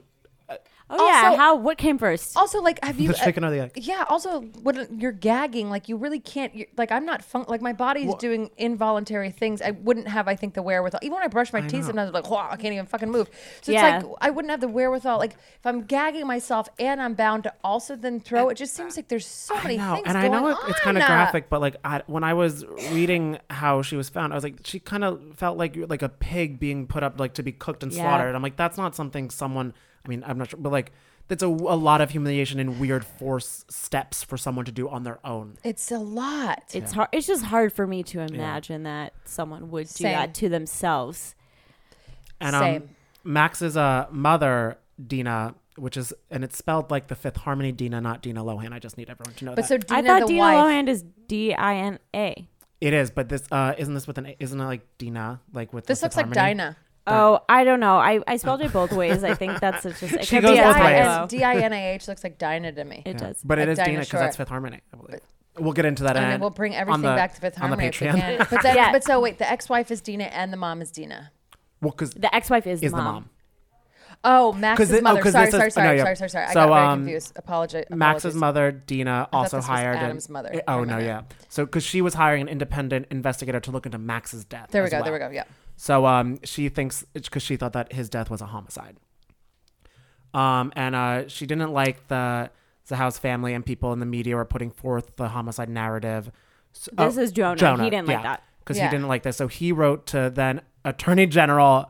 [SPEAKER 9] Oh yeah,
[SPEAKER 11] Also-
[SPEAKER 9] how what came first?
[SPEAKER 11] Also, like, have you
[SPEAKER 10] The chicken or the egg?
[SPEAKER 11] Yeah. Also, when you're gagging, like, you really can't. You're, like, I'm not fun. Like, my body's doing involuntary things. I wouldn't have. I think the wherewithal. Even when I brush my teeth, sometimes I'm like, "Whoa, I can't even fucking move. So
[SPEAKER 9] Yeah.
[SPEAKER 11] it's like I wouldn't have the wherewithal. Like, if I'm gagging myself and I'm bound to also then throw, it just seems like there's so many
[SPEAKER 10] No,
[SPEAKER 11] things.
[SPEAKER 10] and I
[SPEAKER 11] going
[SPEAKER 10] know it, it's kind of
[SPEAKER 11] on.
[SPEAKER 10] graphic, but like I, when I was reading how she was found, I was like, she kind of felt like like a pig being put up like to be cooked and
[SPEAKER 9] Yeah.
[SPEAKER 10] slaughtered. I'm like, that's not something someone. I mean, I'm not sure, but like that's a, a lot of humiliation and weird force steps for someone to do on their own.
[SPEAKER 11] It's a lot.
[SPEAKER 9] It's hard. It's just hard for me to imagine that someone would do
[SPEAKER 11] Same.
[SPEAKER 9] that to themselves.
[SPEAKER 10] And um,
[SPEAKER 11] Same.
[SPEAKER 10] Max's uh, mother, Dina, which is and it's spelled like the Fifth Harmony Dina, not Dina Lohan. I just need everyone to know
[SPEAKER 11] but
[SPEAKER 10] that
[SPEAKER 11] so Dina,
[SPEAKER 9] I thought
[SPEAKER 11] the
[SPEAKER 9] Dina
[SPEAKER 11] wife,
[SPEAKER 9] Lohan is D I N A.
[SPEAKER 10] it is. But this uh, isn't this with an A- isn't it like Dina like with the
[SPEAKER 11] this looks
[SPEAKER 10] Fifth
[SPEAKER 11] like
[SPEAKER 10] Harmony?
[SPEAKER 11] Dinah.
[SPEAKER 9] Oh, I don't know. I, I spelled it both ways. I think that's just it
[SPEAKER 10] She
[SPEAKER 9] could be
[SPEAKER 10] goes both
[SPEAKER 9] a
[SPEAKER 10] ways.
[SPEAKER 9] typo.
[SPEAKER 11] D I N A H looks like Dinah to me.
[SPEAKER 9] It does.
[SPEAKER 10] But
[SPEAKER 11] Like
[SPEAKER 10] it is
[SPEAKER 11] Dinah
[SPEAKER 10] Dina because
[SPEAKER 11] Shore.
[SPEAKER 10] that's Fifth Harmony, I believe. we'll get into that.
[SPEAKER 11] And
[SPEAKER 10] in-
[SPEAKER 11] then we'll bring
[SPEAKER 10] on
[SPEAKER 11] everything
[SPEAKER 10] the-
[SPEAKER 11] back to Fifth
[SPEAKER 10] on the
[SPEAKER 11] Harmony if we
[SPEAKER 10] Patreon.
[SPEAKER 11] can. But, then,
[SPEAKER 9] Yeah.
[SPEAKER 11] but so wait, the ex-wife is Dina and the mom is Dina.
[SPEAKER 10] well, because
[SPEAKER 9] The ex-wife is,
[SPEAKER 10] is
[SPEAKER 9] the mom.
[SPEAKER 11] Oh, Max's
[SPEAKER 10] it- oh,
[SPEAKER 11] mother.
[SPEAKER 10] 'cause
[SPEAKER 11] sorry,
[SPEAKER 10] this is-
[SPEAKER 11] sorry, sorry,
[SPEAKER 10] no, yeah.
[SPEAKER 11] sorry, sorry, sorry.
[SPEAKER 10] So,
[SPEAKER 11] I got very
[SPEAKER 10] um,
[SPEAKER 11] confused. Apologize.
[SPEAKER 10] Max's
[SPEAKER 11] apologies.
[SPEAKER 10] mother, Dina, also
[SPEAKER 11] this was
[SPEAKER 10] hired an-
[SPEAKER 11] Adam's mother.
[SPEAKER 10] Oh
[SPEAKER 11] Never
[SPEAKER 10] no,
[SPEAKER 11] mind.
[SPEAKER 10] yeah. So because she was hiring an independent investigator to look into Max's death.
[SPEAKER 11] There we
[SPEAKER 10] as
[SPEAKER 11] go.
[SPEAKER 10] well.
[SPEAKER 11] There we go. Yeah.
[SPEAKER 10] So um, she thinks because she thought that his death was a homicide. Um, and uh, she didn't like the the house family and people in the media were putting forth the homicide narrative. uh, So,
[SPEAKER 9] This is Jonah. He didn't like that.
[SPEAKER 10] because
[SPEAKER 11] Yeah.
[SPEAKER 10] he didn't like this. So he wrote to then Attorney General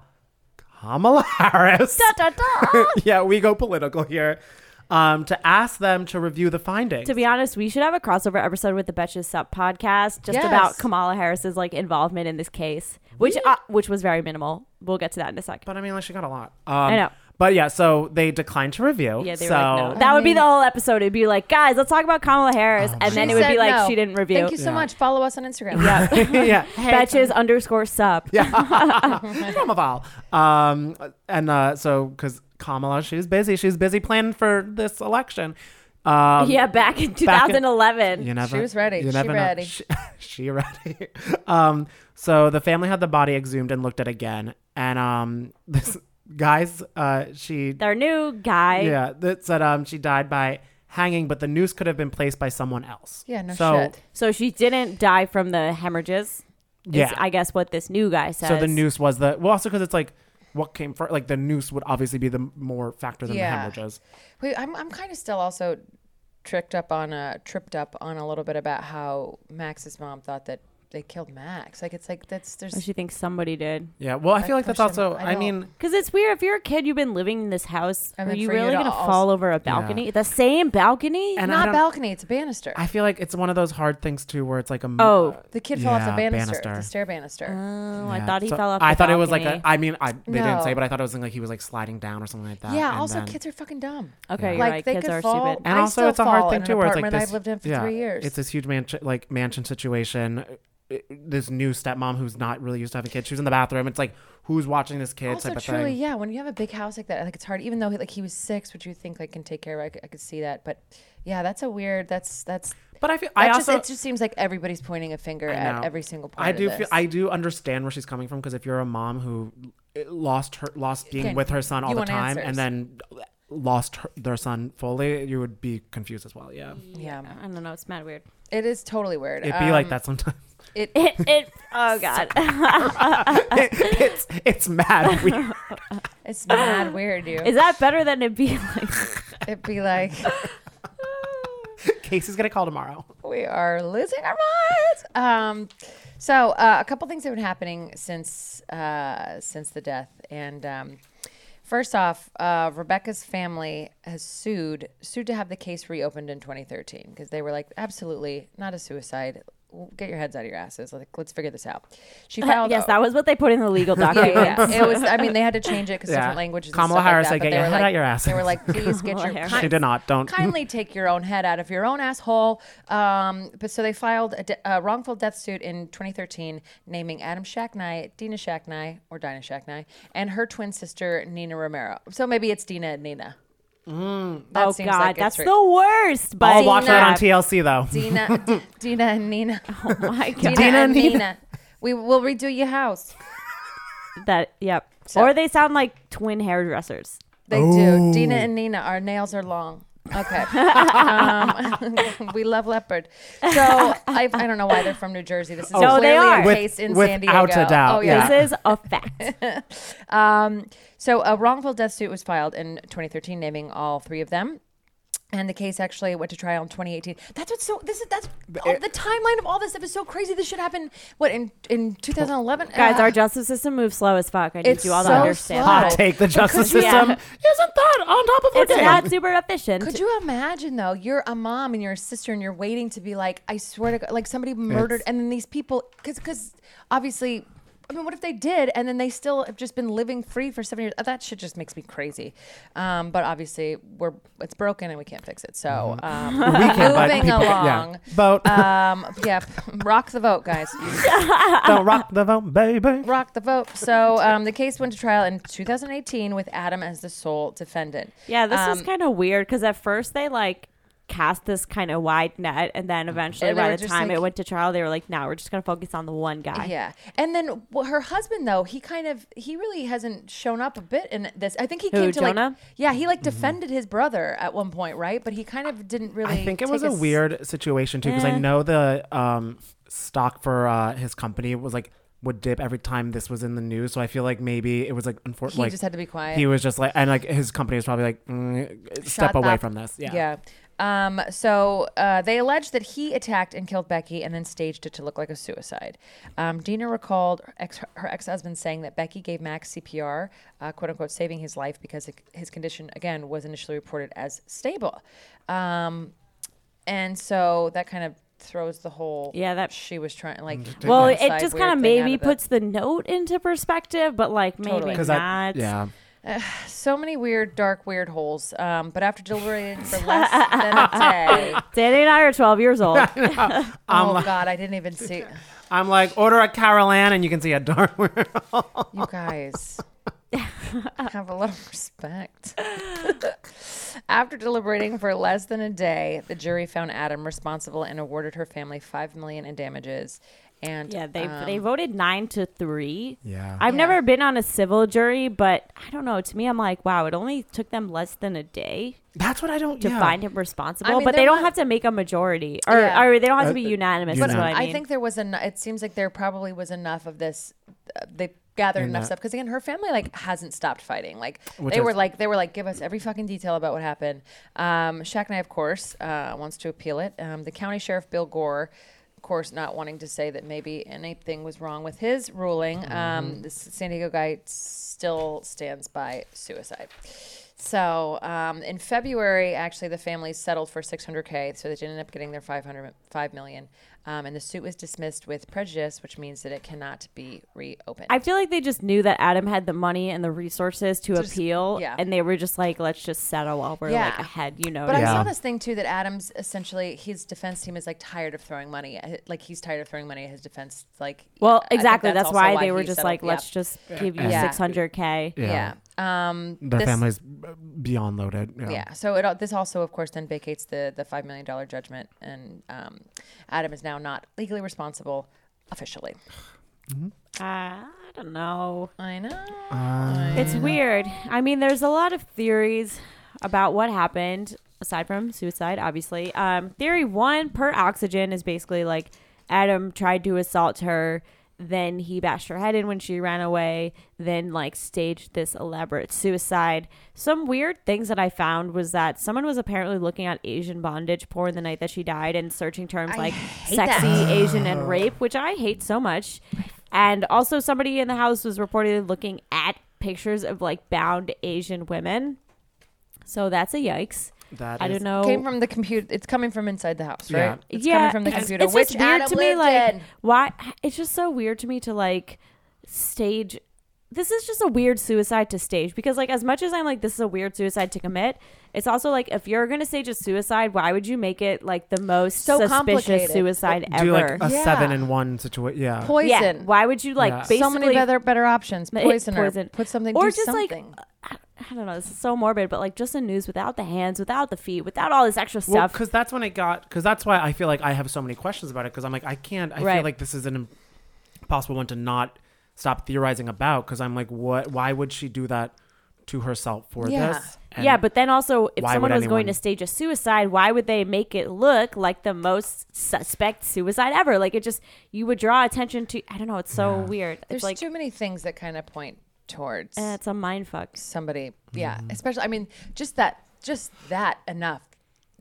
[SPEAKER 10] Kamala Harris.
[SPEAKER 9] Da, da, da.
[SPEAKER 10] yeah, we go political here. Um, to ask them to review the findings.
[SPEAKER 9] to be honest, we should have a crossover episode with the Betches Sup podcast just
[SPEAKER 11] Yes.
[SPEAKER 9] about Kamala Harris's like involvement in this case, which uh, which was very minimal. We'll get to that in a second.
[SPEAKER 10] but I mean, like she got a lot. Um,
[SPEAKER 9] I know.
[SPEAKER 10] But yeah, so they declined to review.
[SPEAKER 9] yeah, they
[SPEAKER 10] so,
[SPEAKER 9] were like, no. That would be the whole episode. It'd be like, guys, let's talk about Kamala Harris, and then
[SPEAKER 11] She
[SPEAKER 9] it would be
[SPEAKER 11] said
[SPEAKER 9] like
[SPEAKER 11] no.
[SPEAKER 9] she didn't review.
[SPEAKER 11] Thank you so
[SPEAKER 10] Yeah.
[SPEAKER 11] much. Follow us on Instagram. Yeah.
[SPEAKER 10] yeah.
[SPEAKER 9] Betches underscore sup.
[SPEAKER 10] From of all. Um, and uh, so because Kamala, she's busy. She's busy planning for this election. Um,
[SPEAKER 9] Yeah, back in
[SPEAKER 10] Back in-
[SPEAKER 9] 2011.
[SPEAKER 10] You never,
[SPEAKER 11] She was ready.
[SPEAKER 10] You
[SPEAKER 11] She
[SPEAKER 10] never know.
[SPEAKER 11] ready.
[SPEAKER 10] She, she ready. Um, so the family had the body exhumed and looked at again, and um, this guys, uh, she
[SPEAKER 9] Their new guy.
[SPEAKER 10] yeah, that said um, she died by hanging, but the noose could have been placed by someone else.
[SPEAKER 11] Yeah, no
[SPEAKER 10] so,
[SPEAKER 11] shit.
[SPEAKER 9] So she didn't die from the hemorrhages. is,
[SPEAKER 10] Yeah,
[SPEAKER 9] I guess what this new guy says.
[SPEAKER 10] so the noose was the well, also because it's like what came first. Like the noose would obviously be the more factor than the
[SPEAKER 11] Yeah.
[SPEAKER 10] hemorrhages.
[SPEAKER 11] Wait, I'm I'm kind of still also tricked up on a tripped up on a little bit about how Max's mom thought that they killed Max. Like it's like that's there's
[SPEAKER 9] She thinks somebody did.
[SPEAKER 10] Yeah, well, I feel like that's
[SPEAKER 11] person,
[SPEAKER 10] also.
[SPEAKER 11] I
[SPEAKER 10] I
[SPEAKER 11] don't-
[SPEAKER 10] mean,
[SPEAKER 9] Because it's weird. If you're a kid, you've been living in this house.
[SPEAKER 11] And
[SPEAKER 9] are
[SPEAKER 11] then
[SPEAKER 9] you
[SPEAKER 11] for you
[SPEAKER 9] really
[SPEAKER 11] to
[SPEAKER 9] going to
[SPEAKER 11] also-
[SPEAKER 9] fall over a balcony? The same balcony?
[SPEAKER 10] and I
[SPEAKER 11] not
[SPEAKER 10] don't-
[SPEAKER 11] balcony. It's a banister.
[SPEAKER 10] I feel like it's one of those hard things too, where it's like a m-
[SPEAKER 9] Oh.
[SPEAKER 11] the kid fell off the
[SPEAKER 10] Yeah,
[SPEAKER 11] banister,
[SPEAKER 10] banister.
[SPEAKER 11] the stair banister.
[SPEAKER 9] oh,
[SPEAKER 10] Yeah,
[SPEAKER 9] I thought he
[SPEAKER 10] so
[SPEAKER 9] fell off.
[SPEAKER 10] I
[SPEAKER 9] the
[SPEAKER 10] thought it was like a.
[SPEAKER 9] balcony.
[SPEAKER 10] I mean, I they didn't say,
[SPEAKER 11] No.
[SPEAKER 10] but I thought it was something like he was like sliding down or something like that.
[SPEAKER 11] yeah.
[SPEAKER 10] and
[SPEAKER 11] Also,
[SPEAKER 10] then-
[SPEAKER 11] kids are fucking dumb.
[SPEAKER 9] Okay, you're
[SPEAKER 11] like
[SPEAKER 9] right.
[SPEAKER 11] they
[SPEAKER 9] Kids
[SPEAKER 11] could
[SPEAKER 9] are
[SPEAKER 11] fall.
[SPEAKER 9] stupid.
[SPEAKER 10] and
[SPEAKER 11] I
[SPEAKER 10] also
[SPEAKER 11] still
[SPEAKER 10] it's a hard
[SPEAKER 11] fall
[SPEAKER 10] thing
[SPEAKER 11] in
[SPEAKER 10] too,
[SPEAKER 11] an
[SPEAKER 10] where it's like
[SPEAKER 11] apartment
[SPEAKER 10] this.
[SPEAKER 11] I've lived in for
[SPEAKER 10] yeah,
[SPEAKER 11] three years.
[SPEAKER 10] It's this huge mansion, like mansion situation. uh, This new stepmom who's not really used to having kids. She was in the bathroom. It's like who's watching this kid
[SPEAKER 11] also
[SPEAKER 10] type of
[SPEAKER 11] truly
[SPEAKER 10] thing.
[SPEAKER 11] yeah when you have a big house like that i think it's hard even though like he was six which you think like can take care of I, c- I could see that but yeah that's a weird that's that's
[SPEAKER 10] But I feel
[SPEAKER 11] that
[SPEAKER 10] I
[SPEAKER 11] just,
[SPEAKER 10] also
[SPEAKER 11] it just seems like everybody's pointing a finger
[SPEAKER 10] I
[SPEAKER 11] at
[SPEAKER 10] know.
[SPEAKER 11] every single part
[SPEAKER 10] I
[SPEAKER 11] of
[SPEAKER 10] do
[SPEAKER 11] this.
[SPEAKER 10] feel I do understand where she's coming from because if you're a mom who uh, lost her lost being
[SPEAKER 11] Again,
[SPEAKER 10] with her son all
[SPEAKER 11] you
[SPEAKER 10] the
[SPEAKER 11] want
[SPEAKER 10] time
[SPEAKER 11] answers.
[SPEAKER 10] and then lost her, their son fully, you would be confused as well. Yeah,
[SPEAKER 11] yeah
[SPEAKER 9] I don't know. It's mad weird.
[SPEAKER 11] it is totally weird
[SPEAKER 10] it'd be like
[SPEAKER 11] Um,
[SPEAKER 10] that sometimes.
[SPEAKER 11] it,
[SPEAKER 9] It, it, oh, God.
[SPEAKER 10] it's it's mad weird.
[SPEAKER 11] it's mad weird dude
[SPEAKER 9] Is that better than it be like.
[SPEAKER 11] it'd be like
[SPEAKER 10] Casey's gonna call tomorrow.
[SPEAKER 11] we are losing our minds. Um, so uh, a couple things have been happening since uh, since the death, and um, first off, uh, Rebecca's family has sued sued to have the case reopened in 2013 because they were like, absolutely not a suicide. Get your heads out of your asses. Like, let's figure this out. She filed.
[SPEAKER 9] Uh, yes, that was what they put in the legal document.
[SPEAKER 11] Yeah, yeah. it was. I mean, they had to change it because
[SPEAKER 10] Yeah.
[SPEAKER 11] different languages. and
[SPEAKER 10] Kamala
[SPEAKER 11] stuff
[SPEAKER 10] Harris, like,
[SPEAKER 11] like that, but
[SPEAKER 10] get
[SPEAKER 11] they
[SPEAKER 10] your
[SPEAKER 11] were
[SPEAKER 10] head
[SPEAKER 11] like-
[SPEAKER 10] out your ass.
[SPEAKER 11] They were like, please get your.
[SPEAKER 9] Harris.
[SPEAKER 11] kind-
[SPEAKER 10] She did not. Don't.
[SPEAKER 11] kindly take your own head out of your own asshole. Um, but so they filed a, de- a wrongful death suit in 2013, naming Adam Shacknai, Dina Shacknai, or Dinah Shacknai, and her twin sister Nina Romero. So maybe it's Dina and Nina. that
[SPEAKER 10] Mm.
[SPEAKER 9] oh,
[SPEAKER 11] seems
[SPEAKER 9] God.
[SPEAKER 11] like it's
[SPEAKER 9] that's
[SPEAKER 11] re-
[SPEAKER 9] the worst. But
[SPEAKER 10] I'll watch that on
[SPEAKER 11] Dina.
[SPEAKER 10] TLC though.
[SPEAKER 11] Dina, D- Dina and Nina.
[SPEAKER 9] Oh, my God.
[SPEAKER 11] Dina, and
[SPEAKER 10] Nina.
[SPEAKER 11] Nina. We will redo your house.
[SPEAKER 9] That, yep. Or they sound like twin hairdressers.
[SPEAKER 11] They do. Dina and Nina, our nails are long. Okay. um, we love leopard. So I, I don't know why they're from New Jersey. This is
[SPEAKER 9] No, they
[SPEAKER 11] clearly
[SPEAKER 9] are.
[SPEAKER 11] a
[SPEAKER 9] With-
[SPEAKER 11] case in San Diego.
[SPEAKER 10] without a doubt,
[SPEAKER 11] Oh,
[SPEAKER 10] yeah.
[SPEAKER 11] yeah.
[SPEAKER 9] This is a fact.
[SPEAKER 11] Um, so a wrongful death suit was filed in 2013, naming all three of them. And the case actually went to trial in 2018. That's what's so. This is that's all, the timeline of all this stuff is so crazy. This should happen. What in in 2011?
[SPEAKER 9] Guys, our justice system moves slow as fuck. I need
[SPEAKER 11] Uh, It's
[SPEAKER 9] you all
[SPEAKER 11] so
[SPEAKER 9] to understand.
[SPEAKER 11] slow.
[SPEAKER 10] Hot
[SPEAKER 9] that.
[SPEAKER 11] Oh.
[SPEAKER 10] take the justice
[SPEAKER 9] Yeah.
[SPEAKER 10] system isn't that on top of her
[SPEAKER 9] It's
[SPEAKER 10] game.
[SPEAKER 9] not super efficient.
[SPEAKER 11] Could you imagine though? You're a mom and you're a sister and you're waiting to be like, I swear to God, like somebody murdered, and then these people, because because obviously, I mean, what if they did, and then they still have just been living free for seven years? That shit just makes me crazy. Um, but obviously, we're it's broken and we can't fix it. So um,
[SPEAKER 10] Mm-hmm. we can, but
[SPEAKER 11] moving
[SPEAKER 10] people,
[SPEAKER 11] along.
[SPEAKER 10] Yeah. Vote.
[SPEAKER 11] um, yeah, rock the vote, guys. uh,
[SPEAKER 10] Don't rock the vote, baby.
[SPEAKER 11] Rock the vote. So um, the case went to trial in 2018 with Adam as the sole defendant.
[SPEAKER 9] yeah, this was
[SPEAKER 11] Um,
[SPEAKER 9] kind of weird because at first they like cast this kind of wide net, and then eventually,
[SPEAKER 11] And they were
[SPEAKER 9] by the
[SPEAKER 11] just
[SPEAKER 9] time
[SPEAKER 11] like-
[SPEAKER 9] it went to trial, they were like, "Now we're just gonna focus on the one guy."
[SPEAKER 11] Yeah. And then well, her husband though, he kind of he really hasn't shown up a bit in this. I think he
[SPEAKER 9] Who,
[SPEAKER 11] came to like
[SPEAKER 9] Jonah?
[SPEAKER 11] Yeah, he like defended his brother at one point, right? But he kind of didn't really
[SPEAKER 10] I think it
[SPEAKER 11] take
[SPEAKER 10] was a
[SPEAKER 11] s-
[SPEAKER 10] weird situation too, because I
[SPEAKER 9] Eh.
[SPEAKER 10] know the um, stock for uh, his company was like would dip every time this was in the news. So I feel like maybe it was like
[SPEAKER 11] He
[SPEAKER 10] unfortunately like,
[SPEAKER 11] just had to be quiet.
[SPEAKER 10] He was just like, and like his company was probably like, mm, step
[SPEAKER 11] Shut
[SPEAKER 10] away
[SPEAKER 11] up.
[SPEAKER 10] from this. Yeah.
[SPEAKER 11] Yeah. Um, so uh, they alleged that he attacked and killed Becky and then staged it to look like a suicide. Um, Dina recalled her ex- her ex husband saying that Becky gave Max CPR, uh, quote unquote, saving his life because his condition, again, was initially reported as stable. Um, and so that kind of throws the whole
[SPEAKER 9] Yeah, that-
[SPEAKER 11] she was trying like
[SPEAKER 9] Well,
[SPEAKER 11] inside
[SPEAKER 9] it just
[SPEAKER 11] weird
[SPEAKER 9] kind of
[SPEAKER 11] thing
[SPEAKER 9] maybe
[SPEAKER 11] out of it.
[SPEAKER 9] puts the note into perspective, but like maybe
[SPEAKER 11] Totally. 'Cause
[SPEAKER 9] not.
[SPEAKER 10] I- yeah.
[SPEAKER 11] so many weird dark weird holes um, but after deliberating for less than a day
[SPEAKER 9] Danny and I are 12 years old.
[SPEAKER 11] oh god i didn't even see
[SPEAKER 10] I'm like, order a Carol Ann, and you can see a dark world.
[SPEAKER 11] You guys have a little respect. After deliberating for less than a day, the jury found Adam responsible and awarded her family five million in damages. And
[SPEAKER 9] Yeah, they
[SPEAKER 11] um,
[SPEAKER 9] they voted nine to three.
[SPEAKER 10] Yeah.
[SPEAKER 9] I've
[SPEAKER 11] Yeah.
[SPEAKER 9] never been on a civil jury, but I don't know. To me, I'm like, wow, it only took them less than a day
[SPEAKER 10] That's what I don't
[SPEAKER 9] to
[SPEAKER 10] yeah.
[SPEAKER 9] find him responsible.
[SPEAKER 11] I mean,
[SPEAKER 9] but they
[SPEAKER 11] they're
[SPEAKER 9] don't have
[SPEAKER 11] not-
[SPEAKER 9] to make a majority, or,
[SPEAKER 11] Yeah.
[SPEAKER 9] or they don't have to be
[SPEAKER 10] Uh,
[SPEAKER 9] unanimous.
[SPEAKER 10] But
[SPEAKER 9] is what I,
[SPEAKER 11] I
[SPEAKER 9] mean.
[SPEAKER 11] think there was an. It seems like there probably was enough of this. uh, They gathered enough
[SPEAKER 10] that-
[SPEAKER 11] stuff because again, her family like hasn't stopped fighting. Like
[SPEAKER 10] Which
[SPEAKER 11] they were
[SPEAKER 10] is-
[SPEAKER 11] like they were like give us every fucking detail about what happened. Um, Shaq and I, of course, uh, wants to appeal it. Um, the county sheriff Bill Gore. Of course, not wanting to say that maybe anything was wrong with his ruling. Um, this San Diego guy still stands by suicide. So um, in February, actually, the family settled for 600k, so they didn't end up getting their 500 5 million, um, and the suit was dismissed with prejudice, which means that it cannot be reopened.
[SPEAKER 9] I feel like they just knew that Adam had the money and the resources to appeal,
[SPEAKER 11] yeah.
[SPEAKER 9] and they were just like, let's just settle while we're
[SPEAKER 11] Yeah.
[SPEAKER 9] like ahead, you know?
[SPEAKER 11] But I
[SPEAKER 10] Yeah.
[SPEAKER 11] saw this thing too that Adams essentially his defense team is like tired of throwing money, at- like he's tired of throwing money at his defense. Like I
[SPEAKER 9] well,
[SPEAKER 11] think
[SPEAKER 9] exactly. That's,
[SPEAKER 11] also
[SPEAKER 9] why, they were
[SPEAKER 11] he
[SPEAKER 9] just
[SPEAKER 11] settled.
[SPEAKER 9] like,
[SPEAKER 11] Yeah.
[SPEAKER 9] let's just give you
[SPEAKER 11] Yeah.
[SPEAKER 9] 600k.
[SPEAKER 11] yeah. Um,
[SPEAKER 10] Their
[SPEAKER 11] this-
[SPEAKER 10] family's beyond loaded. Yeah.
[SPEAKER 11] Yeah. So it al- this also, of course, then vacates the the five million dollar judgment, and um, Adam is now not legally responsible officially.
[SPEAKER 9] Uh, I don't know.
[SPEAKER 11] I know.
[SPEAKER 10] Uh,
[SPEAKER 9] It's weird. I mean, there's a lot of theories about what happened aside from suicide, obviously. Um, theory one per oxygen is basically like Adam tried to assault her, then he bashed her head in when she ran away, then like staged this elaborate suicide. Some weird things that I found was that someone was apparently looking at Asian bondage porn the night that she died and searching terms like sexy Asian
[SPEAKER 10] Oh.
[SPEAKER 9] and rape, which I hate so much. And also, somebody in the house was reportedly looking at pictures of like bound Asian women. So that's a yikes.
[SPEAKER 10] That
[SPEAKER 9] I
[SPEAKER 10] is-
[SPEAKER 9] don't know.
[SPEAKER 11] Came from the computer. It's coming from inside the house,
[SPEAKER 10] Yeah.
[SPEAKER 11] right? It's
[SPEAKER 9] yeah,
[SPEAKER 11] coming from the
[SPEAKER 9] it's-
[SPEAKER 11] computer.
[SPEAKER 9] It's,
[SPEAKER 11] which
[SPEAKER 9] just weird
[SPEAKER 11] Adam
[SPEAKER 9] to me,
[SPEAKER 11] lived
[SPEAKER 9] like
[SPEAKER 11] in.
[SPEAKER 9] why? It's just so weird to me to like stage. This is just a weird suicide to stage because, like, as much as I'm like, this is a weird suicide to commit. It's also like if you're gonna stage a suicide, why would you make it like the most
[SPEAKER 11] So
[SPEAKER 9] suspicious
[SPEAKER 11] complicated.
[SPEAKER 9] suicide ever?
[SPEAKER 10] Do like a
[SPEAKER 11] Yeah.
[SPEAKER 10] seven in one situation. Yeah.
[SPEAKER 11] poison.
[SPEAKER 9] yeah, why would you like
[SPEAKER 10] Yeah.
[SPEAKER 9] basically
[SPEAKER 11] so many better better options.
[SPEAKER 9] Ma-
[SPEAKER 11] Poison, her.
[SPEAKER 9] poison.
[SPEAKER 11] Put something.
[SPEAKER 9] Or
[SPEAKER 11] do
[SPEAKER 9] just, like,
[SPEAKER 11] something.
[SPEAKER 9] I don't know. This is so morbid, but like just the news without the hands, without the feet, without all this extra
[SPEAKER 10] Well,
[SPEAKER 9] stuff.
[SPEAKER 10] because that's when it got. Because that's why I feel like I have so many questions about it. Because I'm like, I can't. I feel
[SPEAKER 9] Right.
[SPEAKER 10] like this is an impossible one to not stop theorizing about. Because I'm like, what? Why would she do that to herself for
[SPEAKER 11] Yeah.
[SPEAKER 10] this. And
[SPEAKER 9] yeah, but then also, if
[SPEAKER 10] why
[SPEAKER 9] someone
[SPEAKER 10] would
[SPEAKER 9] was going
[SPEAKER 10] anyone-
[SPEAKER 9] to stage a suicide, why would they make it look like the most suspect suicide ever? Like it just you would draw attention to. I don't know. It's so weird.
[SPEAKER 11] There's
[SPEAKER 9] it's like
[SPEAKER 11] too many things that kind of point towards
[SPEAKER 9] eh, it's a mind fuck.
[SPEAKER 11] somebody. Yeah, especially. I mean, just that, just that enough.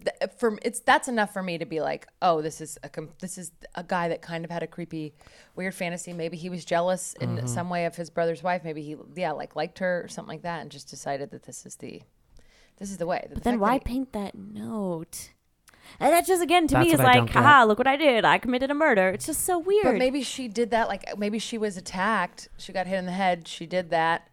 [SPEAKER 11] Th- uh, For it's that's enough for me to be like, oh, this is a com- this is a guy that kind of had a creepy, weird fantasy. Maybe he was jealous in some way of his brother's wife. Maybe he, yeah, like liked her or something like that, and just decided that this is the, this is the way. But
[SPEAKER 9] Then why paint that note? And that just again to me
[SPEAKER 10] That's
[SPEAKER 9] is
[SPEAKER 10] what I
[SPEAKER 9] like,
[SPEAKER 10] don't get.
[SPEAKER 9] haha, look what I did. I committed a murder. It's just so weird.
[SPEAKER 11] But maybe she did that. Like maybe she was attacked. She got hit in the head. She did that.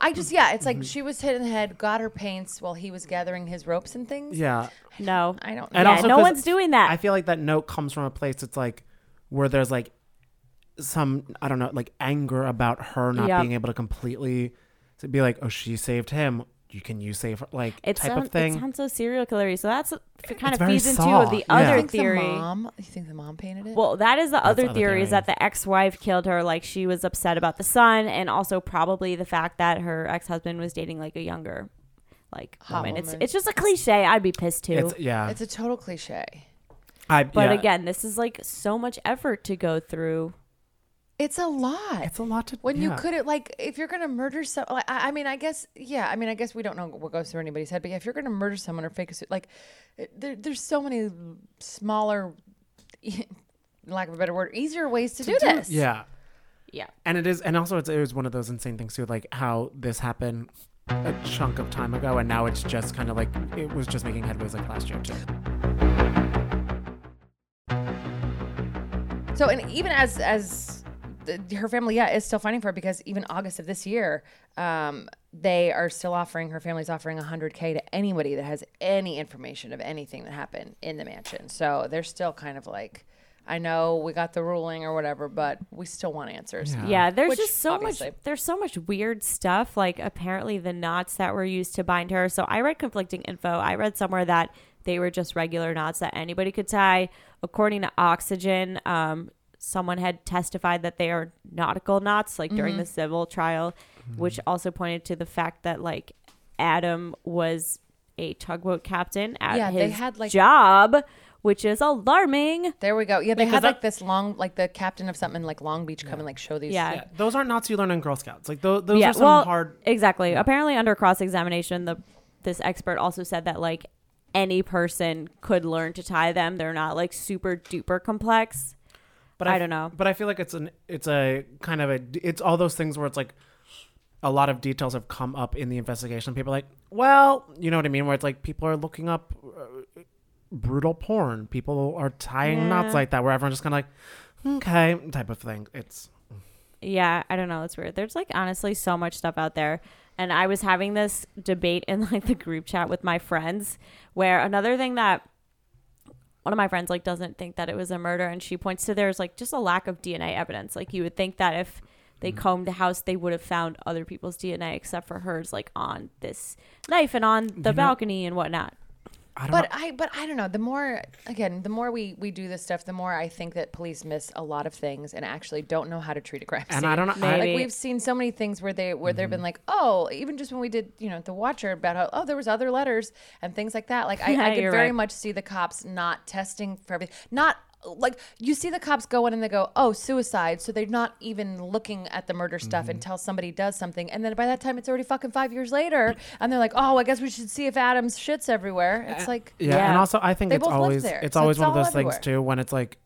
[SPEAKER 11] I just yeah, it's
[SPEAKER 10] Mm-hmm.
[SPEAKER 11] like she was hit in the head, got her paints while he was gathering his ropes and things.
[SPEAKER 10] yeah.
[SPEAKER 9] no.
[SPEAKER 11] I don't.
[SPEAKER 10] And
[SPEAKER 11] know.
[SPEAKER 9] Yeah,
[SPEAKER 10] also
[SPEAKER 9] no
[SPEAKER 10] 'cause
[SPEAKER 9] one's doing that.
[SPEAKER 10] I feel like that note comes from a place that's like where there's like some I don't know, like anger about her not
[SPEAKER 9] Yeah.
[SPEAKER 10] being able to completely to be like, oh, she saved him. You can you save her? Like
[SPEAKER 9] It
[SPEAKER 10] type
[SPEAKER 9] sound-
[SPEAKER 10] of thing.
[SPEAKER 9] It sounds so serial killery. So that's it kind
[SPEAKER 10] It's
[SPEAKER 9] of
[SPEAKER 10] very
[SPEAKER 9] feeds into
[SPEAKER 10] Saw.
[SPEAKER 9] the
[SPEAKER 10] Yeah.
[SPEAKER 9] other
[SPEAKER 10] I
[SPEAKER 11] you
[SPEAKER 10] think
[SPEAKER 11] think
[SPEAKER 9] theory.
[SPEAKER 11] the mom? You think the mom painted it?
[SPEAKER 9] Well, that is the other
[SPEAKER 10] the other
[SPEAKER 9] theory, is
[SPEAKER 10] theory.
[SPEAKER 9] that the ex-wife killed her. Like she was upset about the son, and also probably the fact that her ex-husband was dating like a younger, like woman. It's
[SPEAKER 11] woman.
[SPEAKER 9] it's just a cliche. I'd be pissed too.
[SPEAKER 10] it's yeah.
[SPEAKER 11] it's a total cliche.
[SPEAKER 10] I,
[SPEAKER 9] but
[SPEAKER 10] yeah.
[SPEAKER 9] again, this is like so much effort to go through.
[SPEAKER 11] It's a lot.
[SPEAKER 10] It's a lot to-
[SPEAKER 11] when
[SPEAKER 10] yeah.
[SPEAKER 11] you could like if you're gonna murder some. Like, I, I mean, I guess yeah. I mean, I guess we don't know what goes through anybody's head, but if you're gonna murder someone or fake a suit, like it- there, there's so many smaller, lack of a better word, easier ways to, do, this.
[SPEAKER 10] yeah.
[SPEAKER 9] Yeah.
[SPEAKER 10] And it is, and also it's, it was one of those insane things too, like how this happened a chunk of time ago, and now it's just kind of like it was just making headways like last year too.
[SPEAKER 11] So and even as as the, her family, yeah, is still fighting for it because even August of this year, um, they are still offering her family's offering 100k to anybody that has any information of anything that happened in the mansion. So they're still kind of like, I know we got the ruling or whatever, but we still want answers.
[SPEAKER 9] Yeah, there's
[SPEAKER 11] Which,
[SPEAKER 9] just so
[SPEAKER 11] obviously.
[SPEAKER 9] much. There's so much weird stuff. Like apparently the knots that were used to bind her. So I read conflicting info. I read somewhere that they were just regular knots that anybody could tie. According to Oxygen, um, someone had testified that they are nautical knots, like during
[SPEAKER 11] Mm-hmm.
[SPEAKER 9] the civil trial, which also pointed to the fact that like Adam was a tugboat captain at
[SPEAKER 11] Yeah,
[SPEAKER 9] his
[SPEAKER 11] they had, like-
[SPEAKER 9] job, which is alarming.
[SPEAKER 11] There we go. Yeah, they had
[SPEAKER 10] that-
[SPEAKER 11] like this long, like the captain of something in, like Long Beach come and like show these.
[SPEAKER 9] Yeah.
[SPEAKER 10] Those aren't knots you learn in Girl Scouts. Like those, those are some hard.
[SPEAKER 9] Exactly. Apparently, under cross examination, the this expert also said that like any person could learn to tie them. They're not like super duper complex.
[SPEAKER 10] But
[SPEAKER 9] I don't know.
[SPEAKER 10] But I feel like it's an, it's a kind of a, it's all those things where it's like a lot of details have come up in the investigation. People are like, well, you know what I mean? Where it's like people are looking up uh, brutal porn. People are tying knots like that, where everyone's just kind of like, okay, type of thing. It's
[SPEAKER 9] Yeah, I don't know. It's weird. There's like honestly so much stuff out there. And I was having this debate in like the group chat with my friends where another thing that one of my friends like doesn't think that it was a murder and she points to there's like just a lack of DNA evidence. Like you would think that if they
[SPEAKER 11] Mm-hmm.
[SPEAKER 9] combed the house they would have found other people's DNA except for hers like on this knife and on the balcony and whatnot.
[SPEAKER 10] I don't know.
[SPEAKER 11] But I but I don't know. The more again, the more we we do this stuff, the more I think that police miss a lot of things and actually don't know how to treat a crime
[SPEAKER 10] And
[SPEAKER 11] scene.
[SPEAKER 10] I don't know- I- Mm-hmm.
[SPEAKER 11] Like
[SPEAKER 9] Maybe.
[SPEAKER 11] we've seen so many things where they where they've been like, oh, even just when we did you know the Watcher about how oh there was other letters and things like that. Like I, I could
[SPEAKER 9] You're
[SPEAKER 11] very
[SPEAKER 9] right.
[SPEAKER 11] much see the cops not testing for everything. Not like you see the cops go in and they go, oh, suicide. So they're not even looking at the murder stuff
[SPEAKER 10] Mm-hmm.
[SPEAKER 11] until somebody does something, and then by that time it's already fucking five years later, and they're like, oh, I guess we should see if Adam's shits everywhere. It's like
[SPEAKER 10] Uh, Yeah, and
[SPEAKER 9] Yeah.
[SPEAKER 10] also I think
[SPEAKER 11] They
[SPEAKER 10] it's
[SPEAKER 11] both lived
[SPEAKER 10] always
[SPEAKER 11] there,
[SPEAKER 10] it's
[SPEAKER 11] so
[SPEAKER 10] always
[SPEAKER 11] it's
[SPEAKER 10] one of
[SPEAKER 11] all
[SPEAKER 10] those
[SPEAKER 11] everywhere.
[SPEAKER 10] things too when it's like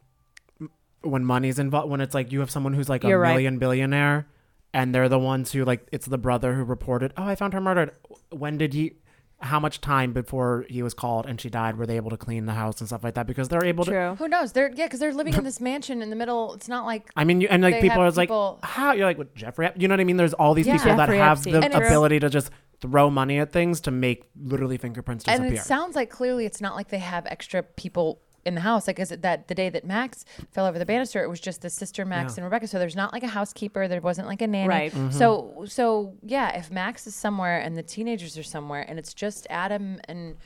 [SPEAKER 10] m- when money's involved when it's like you have someone who's like
[SPEAKER 9] You're
[SPEAKER 10] a
[SPEAKER 9] right.
[SPEAKER 10] million billionaire and they're the ones who like it's the brother who reported, "Oh, I found her murdered." When did he how much time before he was called and she died were they able to clean the house and stuff like that because they're able to
[SPEAKER 9] True.
[SPEAKER 11] Who knows? They're yeah, because they're living in this mansion in the middle. It's not like
[SPEAKER 10] I mean, you, and like
[SPEAKER 11] They
[SPEAKER 10] people are
[SPEAKER 11] have
[SPEAKER 10] like,
[SPEAKER 11] people-
[SPEAKER 10] how you're like with Jeffrey, Ep-" you know what I mean? There's all these
[SPEAKER 11] Yeah.
[SPEAKER 10] people that
[SPEAKER 9] Jeffrey
[SPEAKER 10] have
[SPEAKER 9] Epstein.
[SPEAKER 10] the
[SPEAKER 11] And it's-
[SPEAKER 10] ability to just throw money at things to make literally fingerprints
[SPEAKER 11] and
[SPEAKER 10] disappear.
[SPEAKER 11] it sounds like clearly it's not like they have extra people in the house. Like is it that the day that Max fell over the banister, it was just the sister Max
[SPEAKER 10] Yeah.
[SPEAKER 11] and Rebecca. So there's not like a housekeeper. There wasn't like a nanny.
[SPEAKER 9] Right.
[SPEAKER 11] So so yeah, if Max is somewhere and the teenagers are somewhere and it's just Adam and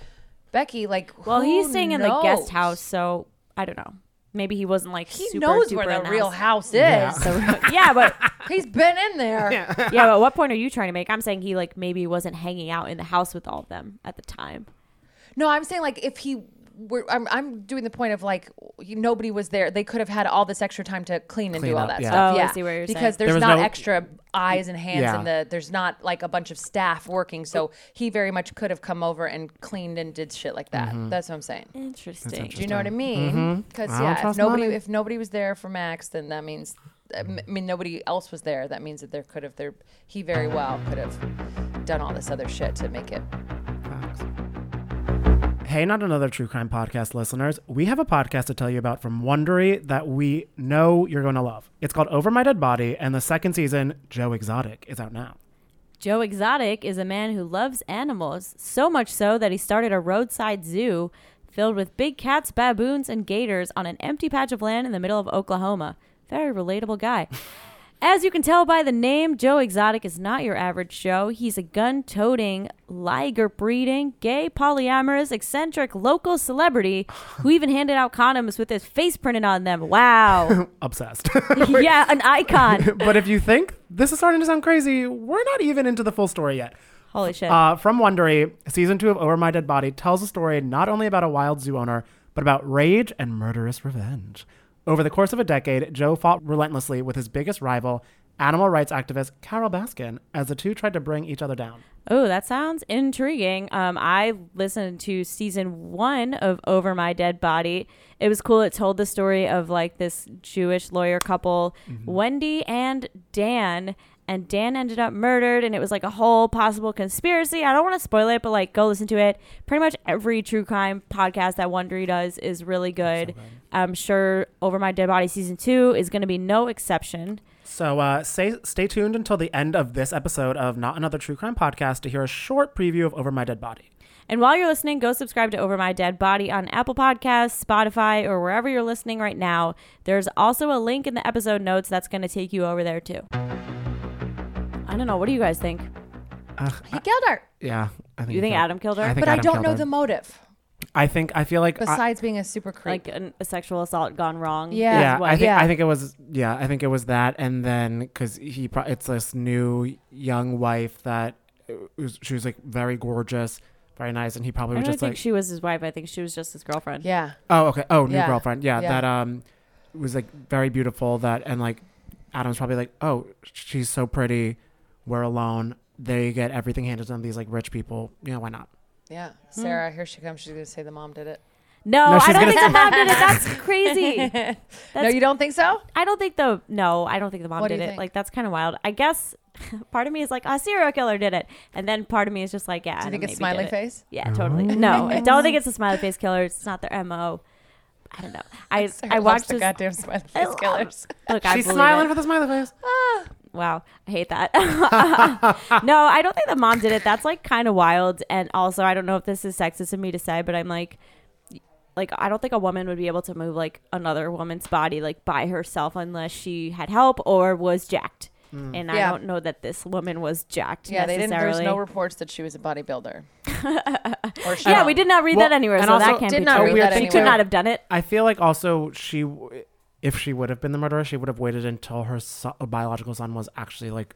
[SPEAKER 11] Becky, like
[SPEAKER 9] Well,
[SPEAKER 11] who
[SPEAKER 9] he's staying in the guest
[SPEAKER 11] knows?
[SPEAKER 9] house, so I don't know. Maybe he wasn't like
[SPEAKER 11] He
[SPEAKER 9] super
[SPEAKER 11] knows
[SPEAKER 9] duper
[SPEAKER 11] where
[SPEAKER 9] in
[SPEAKER 11] the
[SPEAKER 9] the
[SPEAKER 11] real
[SPEAKER 9] house.
[SPEAKER 11] house is.
[SPEAKER 9] yeah, but
[SPEAKER 11] He's been in there.
[SPEAKER 9] yeah, but what point are you trying to make? I'm saying he like maybe wasn't hanging out in the house with all of them at the time.
[SPEAKER 11] No, I'm saying like if he were, I'm, I'm doing the point of like you- nobody was there. They could have had all this extra time to clean and
[SPEAKER 10] Clean
[SPEAKER 11] do all
[SPEAKER 10] up,
[SPEAKER 11] that
[SPEAKER 10] yeah.
[SPEAKER 11] stuff.
[SPEAKER 9] Oh, I
[SPEAKER 11] yeah,
[SPEAKER 9] see what you're
[SPEAKER 11] because
[SPEAKER 9] saying.
[SPEAKER 11] there's
[SPEAKER 10] There was
[SPEAKER 11] not
[SPEAKER 10] no-
[SPEAKER 11] extra eyes and hands,
[SPEAKER 10] Yeah.
[SPEAKER 11] and the there's not like a bunch of staff working. So he very much could have come over and cleaned and did shit like that.
[SPEAKER 10] Mm-hmm.
[SPEAKER 11] That's what I'm saying.
[SPEAKER 9] Interesting.
[SPEAKER 11] Do you know what I mean? Because
[SPEAKER 10] I don't
[SPEAKER 11] yeah, if
[SPEAKER 10] Mm-hmm. trust
[SPEAKER 11] nobody
[SPEAKER 10] money.
[SPEAKER 11] if nobody was there for Max, then that means I mean nobody else was there. That means that there could have there he very well could have done all this other shit to make it
[SPEAKER 10] Hey, not another true crime podcast listeners. We have a podcast to tell you about from Wondery that we know you're going to love. It's called Over My Dead Body, and the second season, Joe Exotic, is out now.
[SPEAKER 9] Joe Exotic is a man who loves animals, so much so that he started a roadside zoo filled with big cats, baboons, and gators on an empty patch of land in the middle of Oklahoma. Very relatable guy. As you can tell by the name, Joe Exotic is not your average Joe. He's a gun toting, liger breeding, gay, polyamorous, eccentric, local celebrity who even handed out condoms with his face printed on them. Wow.
[SPEAKER 10] Obsessed.
[SPEAKER 9] yeah, an icon.
[SPEAKER 10] but if you think this is starting to sound crazy, we're not even into the full story yet.
[SPEAKER 9] Holy shit.
[SPEAKER 10] Uh, from Wondery, season two of Over My Dead Body tells a story not only about a wild zoo owner, but about rage and murderous revenge. Over the course of a decade, Joe fought relentlessly with his biggest rival, animal rights activist Carol Baskin, as the two tried to bring each other down.
[SPEAKER 9] Oh, that sounds intriguing. Um, I listened to season one of Over My Dead Body. It was cool. It told the story of like this Jewish lawyer couple, Wendy and Dan. And Dan ended up murdered, and it was like a whole possible conspiracy. I don't want to spoil it, but like go listen to it. Pretty much every true crime podcast that Wondery does is really good. I'm sure Over My Dead Body season two is going to be no exception.
[SPEAKER 10] So uh, stay, stay tuned until the end of this episode of Not Another True Crime Podcast to hear a short preview of Over My Dead Body.
[SPEAKER 9] And while you're listening, go subscribe to Over My Dead Body on Apple Podcasts, Spotify, or wherever you're listening right now. There's also a link in the episode notes that's going to take you over there too. I don't know. What do you guys think?
[SPEAKER 11] He killed her.
[SPEAKER 10] Yeah, I think
[SPEAKER 9] You think Adam killed her?
[SPEAKER 10] I think
[SPEAKER 11] But I
[SPEAKER 10] Adam
[SPEAKER 11] don't
[SPEAKER 10] killed
[SPEAKER 11] know
[SPEAKER 10] her.
[SPEAKER 11] the motive
[SPEAKER 10] I think I feel like I-
[SPEAKER 11] besides being a super creep.
[SPEAKER 9] like an, a sexual assault gone wrong.
[SPEAKER 11] Yeah.
[SPEAKER 10] yeah,
[SPEAKER 9] what-
[SPEAKER 10] I think
[SPEAKER 11] yeah.
[SPEAKER 10] I think it was yeah, I think it was that, and then because he pro- it's this new young wife that uh, was, she was like very gorgeous, very nice, and he probably
[SPEAKER 9] I
[SPEAKER 10] was
[SPEAKER 9] don't
[SPEAKER 10] just
[SPEAKER 9] think
[SPEAKER 10] like
[SPEAKER 9] she was his wife. I think she was just his girlfriend.
[SPEAKER 11] yeah.
[SPEAKER 10] oh okay oh new
[SPEAKER 11] Yeah.
[SPEAKER 10] girlfriend yeah,
[SPEAKER 11] Yeah.
[SPEAKER 10] that um was like very beautiful that and like Adam's probably like oh she's so pretty, we're alone. They get everything handed to them. These like rich people, you know why not?
[SPEAKER 11] Yeah.
[SPEAKER 9] Hmm.
[SPEAKER 11] Sarah, here she comes. She's going to say the mom did it.
[SPEAKER 9] No,
[SPEAKER 10] No,
[SPEAKER 9] I don't
[SPEAKER 10] she's gonna
[SPEAKER 9] think the
[SPEAKER 10] say-
[SPEAKER 9] mom did it. That's crazy.
[SPEAKER 11] no, you don't think so?
[SPEAKER 9] I don't think the no, I don't think the mom
[SPEAKER 11] What do
[SPEAKER 9] did
[SPEAKER 11] you
[SPEAKER 9] it.
[SPEAKER 11] think?
[SPEAKER 9] Like that's kind of wild. I guess part of me is like a serial killer did it, and then part of me is just like, yeah.
[SPEAKER 11] Do you
[SPEAKER 9] Adam
[SPEAKER 11] think it's
[SPEAKER 9] maybe did
[SPEAKER 11] smiley
[SPEAKER 9] it.
[SPEAKER 11] face?
[SPEAKER 9] Yeah,
[SPEAKER 10] Oh.
[SPEAKER 9] totally. No, I don't think it's a smiley face killer. It's not their mo. I don't know. I
[SPEAKER 11] Sarah
[SPEAKER 9] I
[SPEAKER 11] loves
[SPEAKER 9] watched
[SPEAKER 11] the
[SPEAKER 9] this.
[SPEAKER 11] goddamn smiley
[SPEAKER 9] I
[SPEAKER 11] face
[SPEAKER 9] love-
[SPEAKER 11] killers.
[SPEAKER 9] Look, I
[SPEAKER 10] she's
[SPEAKER 9] believe
[SPEAKER 10] smiling
[SPEAKER 9] it.
[SPEAKER 10] with a smiley face.
[SPEAKER 9] Wow, I hate that. no, I don't think the mom did it. That's like kind of wild. And also, I don't know if this is sexist of me to say, but I'm like, like I don't think a woman would be able to move like another woman's body like by herself unless she had help or was jacked.
[SPEAKER 10] Hmm.
[SPEAKER 9] And I
[SPEAKER 11] Yeah.
[SPEAKER 9] don't know that this woman was jacked
[SPEAKER 11] Yeah, they didn't. There was
[SPEAKER 9] necessarily.
[SPEAKER 11] no reports that she was a bodybuilder. or she
[SPEAKER 9] yeah, we did not read
[SPEAKER 10] Well,
[SPEAKER 9] that anywhere,
[SPEAKER 10] and
[SPEAKER 9] so
[SPEAKER 10] also-
[SPEAKER 9] that can't
[SPEAKER 11] Oh. Did
[SPEAKER 9] be
[SPEAKER 11] not
[SPEAKER 9] true.
[SPEAKER 11] read that
[SPEAKER 9] she could
[SPEAKER 11] anywhere.
[SPEAKER 9] not have done it.
[SPEAKER 10] I feel like also she, w- if she would have been the murderer, she would have waited until her so- biological son was actually like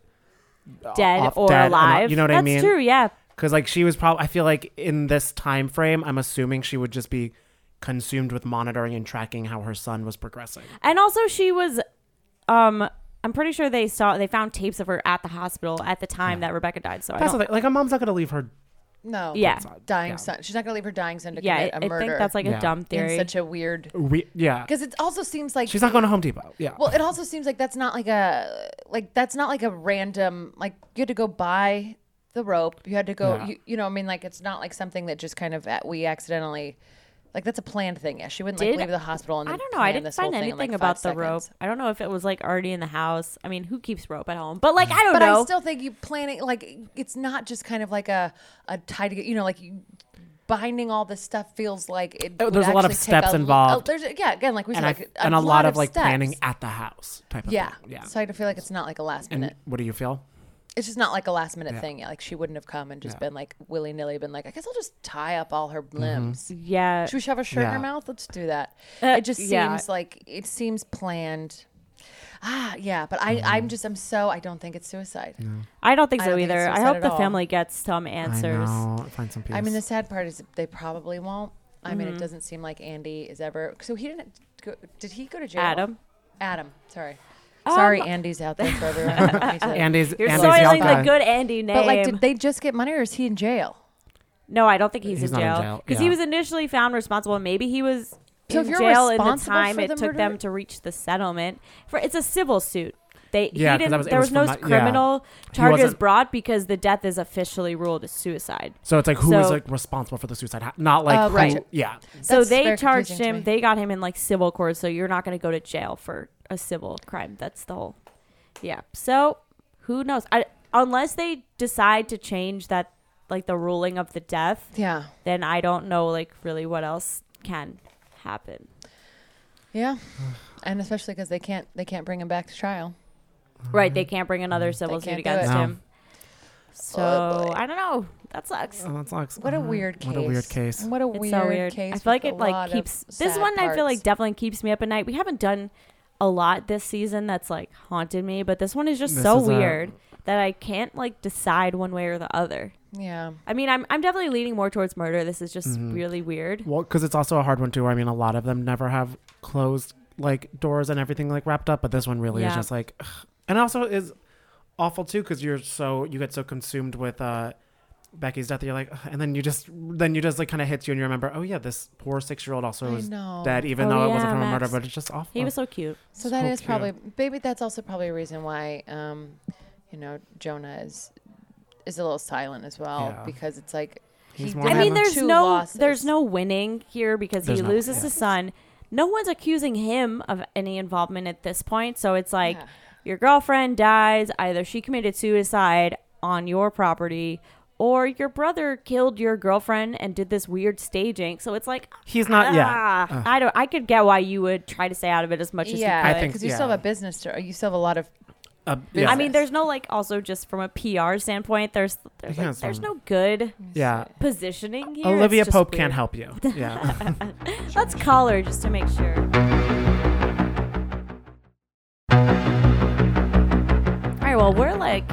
[SPEAKER 9] dead
[SPEAKER 10] off-
[SPEAKER 9] or
[SPEAKER 10] dead and-
[SPEAKER 9] alive.
[SPEAKER 10] you know what I
[SPEAKER 9] That's
[SPEAKER 10] mean?
[SPEAKER 9] true. Yeah.
[SPEAKER 10] because like she was probably. I feel like in this time frame, I'm assuming she would just be consumed with monitoring and tracking how her son was progressing.
[SPEAKER 9] And also she was um I'm pretty sure they saw they found tapes of her at the hospital at the time that Rebecca died. So
[SPEAKER 10] That's
[SPEAKER 9] I
[SPEAKER 10] the
[SPEAKER 9] don't,
[SPEAKER 10] thing. Like a mom's not gonna leave her.
[SPEAKER 11] no.
[SPEAKER 9] Yeah.
[SPEAKER 11] Dying son. She's not going to leave her dying son to
[SPEAKER 9] yeah, I,
[SPEAKER 11] commit a
[SPEAKER 9] I
[SPEAKER 11] murder.
[SPEAKER 9] think that's like
[SPEAKER 10] Yeah.
[SPEAKER 9] a dumb
[SPEAKER 11] in
[SPEAKER 9] theory.
[SPEAKER 11] such a weird.
[SPEAKER 10] We- yeah,
[SPEAKER 11] Because it also seems like
[SPEAKER 10] she's not going to Home Depot. Yeah.
[SPEAKER 11] Well, it also seems like that's not like a like that's not like a random like you had to go buy the rope. You had to go.
[SPEAKER 10] Yeah.
[SPEAKER 11] You, you know, I mean, like it's not like something that just kind of at, we accidentally like that's a planned thing. Yeah, she wouldn't like
[SPEAKER 9] Did-
[SPEAKER 11] leave the hospital and
[SPEAKER 9] I
[SPEAKER 11] then
[SPEAKER 9] don't know. I
[SPEAKER 11] plan
[SPEAKER 9] didn't
[SPEAKER 11] this whole
[SPEAKER 9] find
[SPEAKER 11] thing in,
[SPEAKER 9] anything
[SPEAKER 11] like, five
[SPEAKER 9] about the rope.
[SPEAKER 11] seconds.
[SPEAKER 9] I don't know if it was like already in the house. I mean, who keeps rope at home? But like, I don't
[SPEAKER 11] But
[SPEAKER 9] know.
[SPEAKER 11] I still think you planning like it's not just kind of like a a tie to you know like you. Binding all this stuff feels like it.
[SPEAKER 10] Oh,
[SPEAKER 11] would
[SPEAKER 10] there's a lot of
[SPEAKER 11] actually take
[SPEAKER 10] steps
[SPEAKER 11] a-
[SPEAKER 10] involved.
[SPEAKER 11] there's yeah, again, like we said,
[SPEAKER 10] and, I-
[SPEAKER 11] like,
[SPEAKER 10] and a lot of like
[SPEAKER 11] steps.
[SPEAKER 10] planning at the house type of
[SPEAKER 11] Yeah,
[SPEAKER 10] thing. Yeah.
[SPEAKER 11] So I feel like it's not like a last
[SPEAKER 10] and
[SPEAKER 11] minute.
[SPEAKER 10] what do you feel?
[SPEAKER 11] it's just not like a last minute thing. Yeah, like she wouldn't have come and just been like willy nilly, been like, I guess I'll just tie up all her limbs.
[SPEAKER 9] Yeah.
[SPEAKER 11] Should we shove a shirt in
[SPEAKER 10] Yeah.
[SPEAKER 11] her mouth? Let's do that.
[SPEAKER 9] Uh,
[SPEAKER 11] it just seems
[SPEAKER 9] yeah.
[SPEAKER 11] like it seems planned. Ah, yeah, but I, I'm just, I'm so, I don't think it's suicide.
[SPEAKER 9] I don't think
[SPEAKER 11] I
[SPEAKER 9] so
[SPEAKER 11] don't think
[SPEAKER 9] either.
[SPEAKER 11] it's
[SPEAKER 9] I
[SPEAKER 11] suicide
[SPEAKER 9] hope
[SPEAKER 11] at
[SPEAKER 9] the
[SPEAKER 11] all.
[SPEAKER 9] family gets some
[SPEAKER 10] I
[SPEAKER 9] answers.
[SPEAKER 10] know. Find some peace.
[SPEAKER 11] I mean, the sad part is they probably won't. I mean,
[SPEAKER 9] Mm-hmm.
[SPEAKER 11] it doesn't seem like Andy is ever. So he didn't. Go, did he go to jail?
[SPEAKER 9] Adam. Um,
[SPEAKER 11] Adam. Sorry. Sorry, Andy's out there for everyone. Me too.
[SPEAKER 10] Andy's
[SPEAKER 9] You're
[SPEAKER 10] Andy's
[SPEAKER 9] soiling
[SPEAKER 10] Yelp
[SPEAKER 9] the
[SPEAKER 10] guy.
[SPEAKER 9] good Andy name.
[SPEAKER 11] But like, did they just get money, or is he in jail?
[SPEAKER 9] no, I don't think he's,
[SPEAKER 10] He's
[SPEAKER 9] in
[SPEAKER 10] not in
[SPEAKER 9] jail
[SPEAKER 10] jail,
[SPEAKER 9] because he
[SPEAKER 10] yeah.
[SPEAKER 9] was initially found responsible. Maybe he was
[SPEAKER 11] So
[SPEAKER 9] in
[SPEAKER 11] if you're
[SPEAKER 9] jail in the
[SPEAKER 11] responsible
[SPEAKER 9] time
[SPEAKER 11] for
[SPEAKER 9] it
[SPEAKER 11] the
[SPEAKER 9] took them
[SPEAKER 11] murder-
[SPEAKER 9] to reach the settlement. For it's a civil suit. They
[SPEAKER 10] Yeah,
[SPEAKER 9] he
[SPEAKER 10] 'cause
[SPEAKER 9] didn't.
[SPEAKER 10] that was- it
[SPEAKER 9] there was,
[SPEAKER 10] was
[SPEAKER 9] no
[SPEAKER 10] from my- yeah.
[SPEAKER 9] criminal
[SPEAKER 10] He
[SPEAKER 9] charges
[SPEAKER 10] wasn't-
[SPEAKER 9] brought because the death is officially ruled as suicide.
[SPEAKER 10] So it's like who is
[SPEAKER 9] So-
[SPEAKER 10] like responsible for the suicide? ha- Not like
[SPEAKER 11] Oh,
[SPEAKER 10] who-
[SPEAKER 11] right.
[SPEAKER 10] yeah.
[SPEAKER 9] So
[SPEAKER 11] That's
[SPEAKER 9] they
[SPEAKER 11] very
[SPEAKER 9] charged
[SPEAKER 11] confusing to
[SPEAKER 9] him.
[SPEAKER 11] me.
[SPEAKER 9] They got him in like civil court. So you're not going to go to jail for a civil crime. That's the whole. Yeah. So who knows? I, unless they decide to change that, like the ruling of the death,
[SPEAKER 11] Yeah.
[SPEAKER 9] then I don't know, like really what else can happen.
[SPEAKER 11] Yeah. and especially because they can't, they can't bring him back to trial.
[SPEAKER 9] Right. They can't bring another civil
[SPEAKER 11] Mm-hmm. can't
[SPEAKER 9] suit
[SPEAKER 11] do
[SPEAKER 9] against
[SPEAKER 11] it.
[SPEAKER 10] Mm-hmm. No.
[SPEAKER 9] him. So
[SPEAKER 11] boy.
[SPEAKER 9] I don't know. That sucks.
[SPEAKER 10] Oh, that sucks.
[SPEAKER 11] What a
[SPEAKER 10] Uh,
[SPEAKER 9] Uh-huh.
[SPEAKER 11] weird case.
[SPEAKER 10] What a weird case.
[SPEAKER 11] What a
[SPEAKER 9] It's
[SPEAKER 11] weird,
[SPEAKER 9] so weird.
[SPEAKER 11] case.
[SPEAKER 9] I feel like
[SPEAKER 11] with
[SPEAKER 9] it
[SPEAKER 11] a
[SPEAKER 9] like
[SPEAKER 11] lot of
[SPEAKER 9] keeps this
[SPEAKER 11] sad
[SPEAKER 9] one. I feel like
[SPEAKER 11] parts.
[SPEAKER 9] definitely keeps me up at night. We haven't done a lot this season that's like haunted me, but this one is just
[SPEAKER 10] This
[SPEAKER 9] so
[SPEAKER 10] is a-
[SPEAKER 9] weird that I can't like decide one way or the other.
[SPEAKER 11] yeah.
[SPEAKER 9] I mean, I'm I'm definitely leaning more towards murder. This is just
[SPEAKER 10] Mm-hmm.
[SPEAKER 9] really weird.
[SPEAKER 10] Well, because it's also a hard one too. Where I mean, a lot of them never have closed like doors and everything like wrapped up, but this one really
[SPEAKER 9] Yeah.
[SPEAKER 10] is just like, ugh. and also is awful too because you're so you get so consumed with uh Becky's death, that you're like, ugh, and then you just then you just like kind of hits you and you remember, oh yeah, this poor six year old also
[SPEAKER 11] I
[SPEAKER 10] was
[SPEAKER 11] know.
[SPEAKER 10] dead, even
[SPEAKER 9] Oh,
[SPEAKER 10] though it wasn't
[SPEAKER 9] yeah,
[SPEAKER 10] from a murder,
[SPEAKER 9] Max.
[SPEAKER 10] but it's just awful.
[SPEAKER 9] He was so cute.
[SPEAKER 11] So that
[SPEAKER 10] So
[SPEAKER 11] is
[SPEAKER 10] cute.
[SPEAKER 11] probably maybe that's also probably a reason why um, you know Jonah is is a little silent as well
[SPEAKER 10] Yeah.
[SPEAKER 11] because it's like
[SPEAKER 10] He's
[SPEAKER 11] he
[SPEAKER 10] more
[SPEAKER 9] I
[SPEAKER 11] did
[SPEAKER 10] Well,
[SPEAKER 11] have
[SPEAKER 9] mean,
[SPEAKER 10] then
[SPEAKER 9] there's
[SPEAKER 11] two
[SPEAKER 9] no
[SPEAKER 11] losses.
[SPEAKER 9] there's no winning here because
[SPEAKER 10] There's
[SPEAKER 9] he
[SPEAKER 10] not,
[SPEAKER 9] loses
[SPEAKER 10] yeah.
[SPEAKER 9] his son. No one's accusing him of any involvement at this point, so it's like
[SPEAKER 11] Yeah.
[SPEAKER 9] your girlfriend dies, either she committed suicide on your property or your brother killed your girlfriend and did this weird staging. So it's like
[SPEAKER 10] He's not- Uh, yeah.
[SPEAKER 9] ah, I don't I could get why you would try to stay out of it as much as
[SPEAKER 11] yeah
[SPEAKER 9] you
[SPEAKER 10] I
[SPEAKER 9] could.
[SPEAKER 10] think-
[SPEAKER 11] because you still
[SPEAKER 10] yeah.
[SPEAKER 11] have a business to you still have a lot of
[SPEAKER 10] Uh, yeah.
[SPEAKER 9] I mean, there's no like also just from a PR standpoint, there's there's,
[SPEAKER 10] Yeah,
[SPEAKER 9] like,
[SPEAKER 10] it's
[SPEAKER 9] there's
[SPEAKER 10] fine.
[SPEAKER 9] no good
[SPEAKER 10] yeah.
[SPEAKER 9] positioning here. It's
[SPEAKER 10] Olivia
[SPEAKER 9] just
[SPEAKER 10] Pope
[SPEAKER 9] weird.
[SPEAKER 10] can't help you. Yeah.
[SPEAKER 9] Let's call her just to make sure. All right, well, we're like,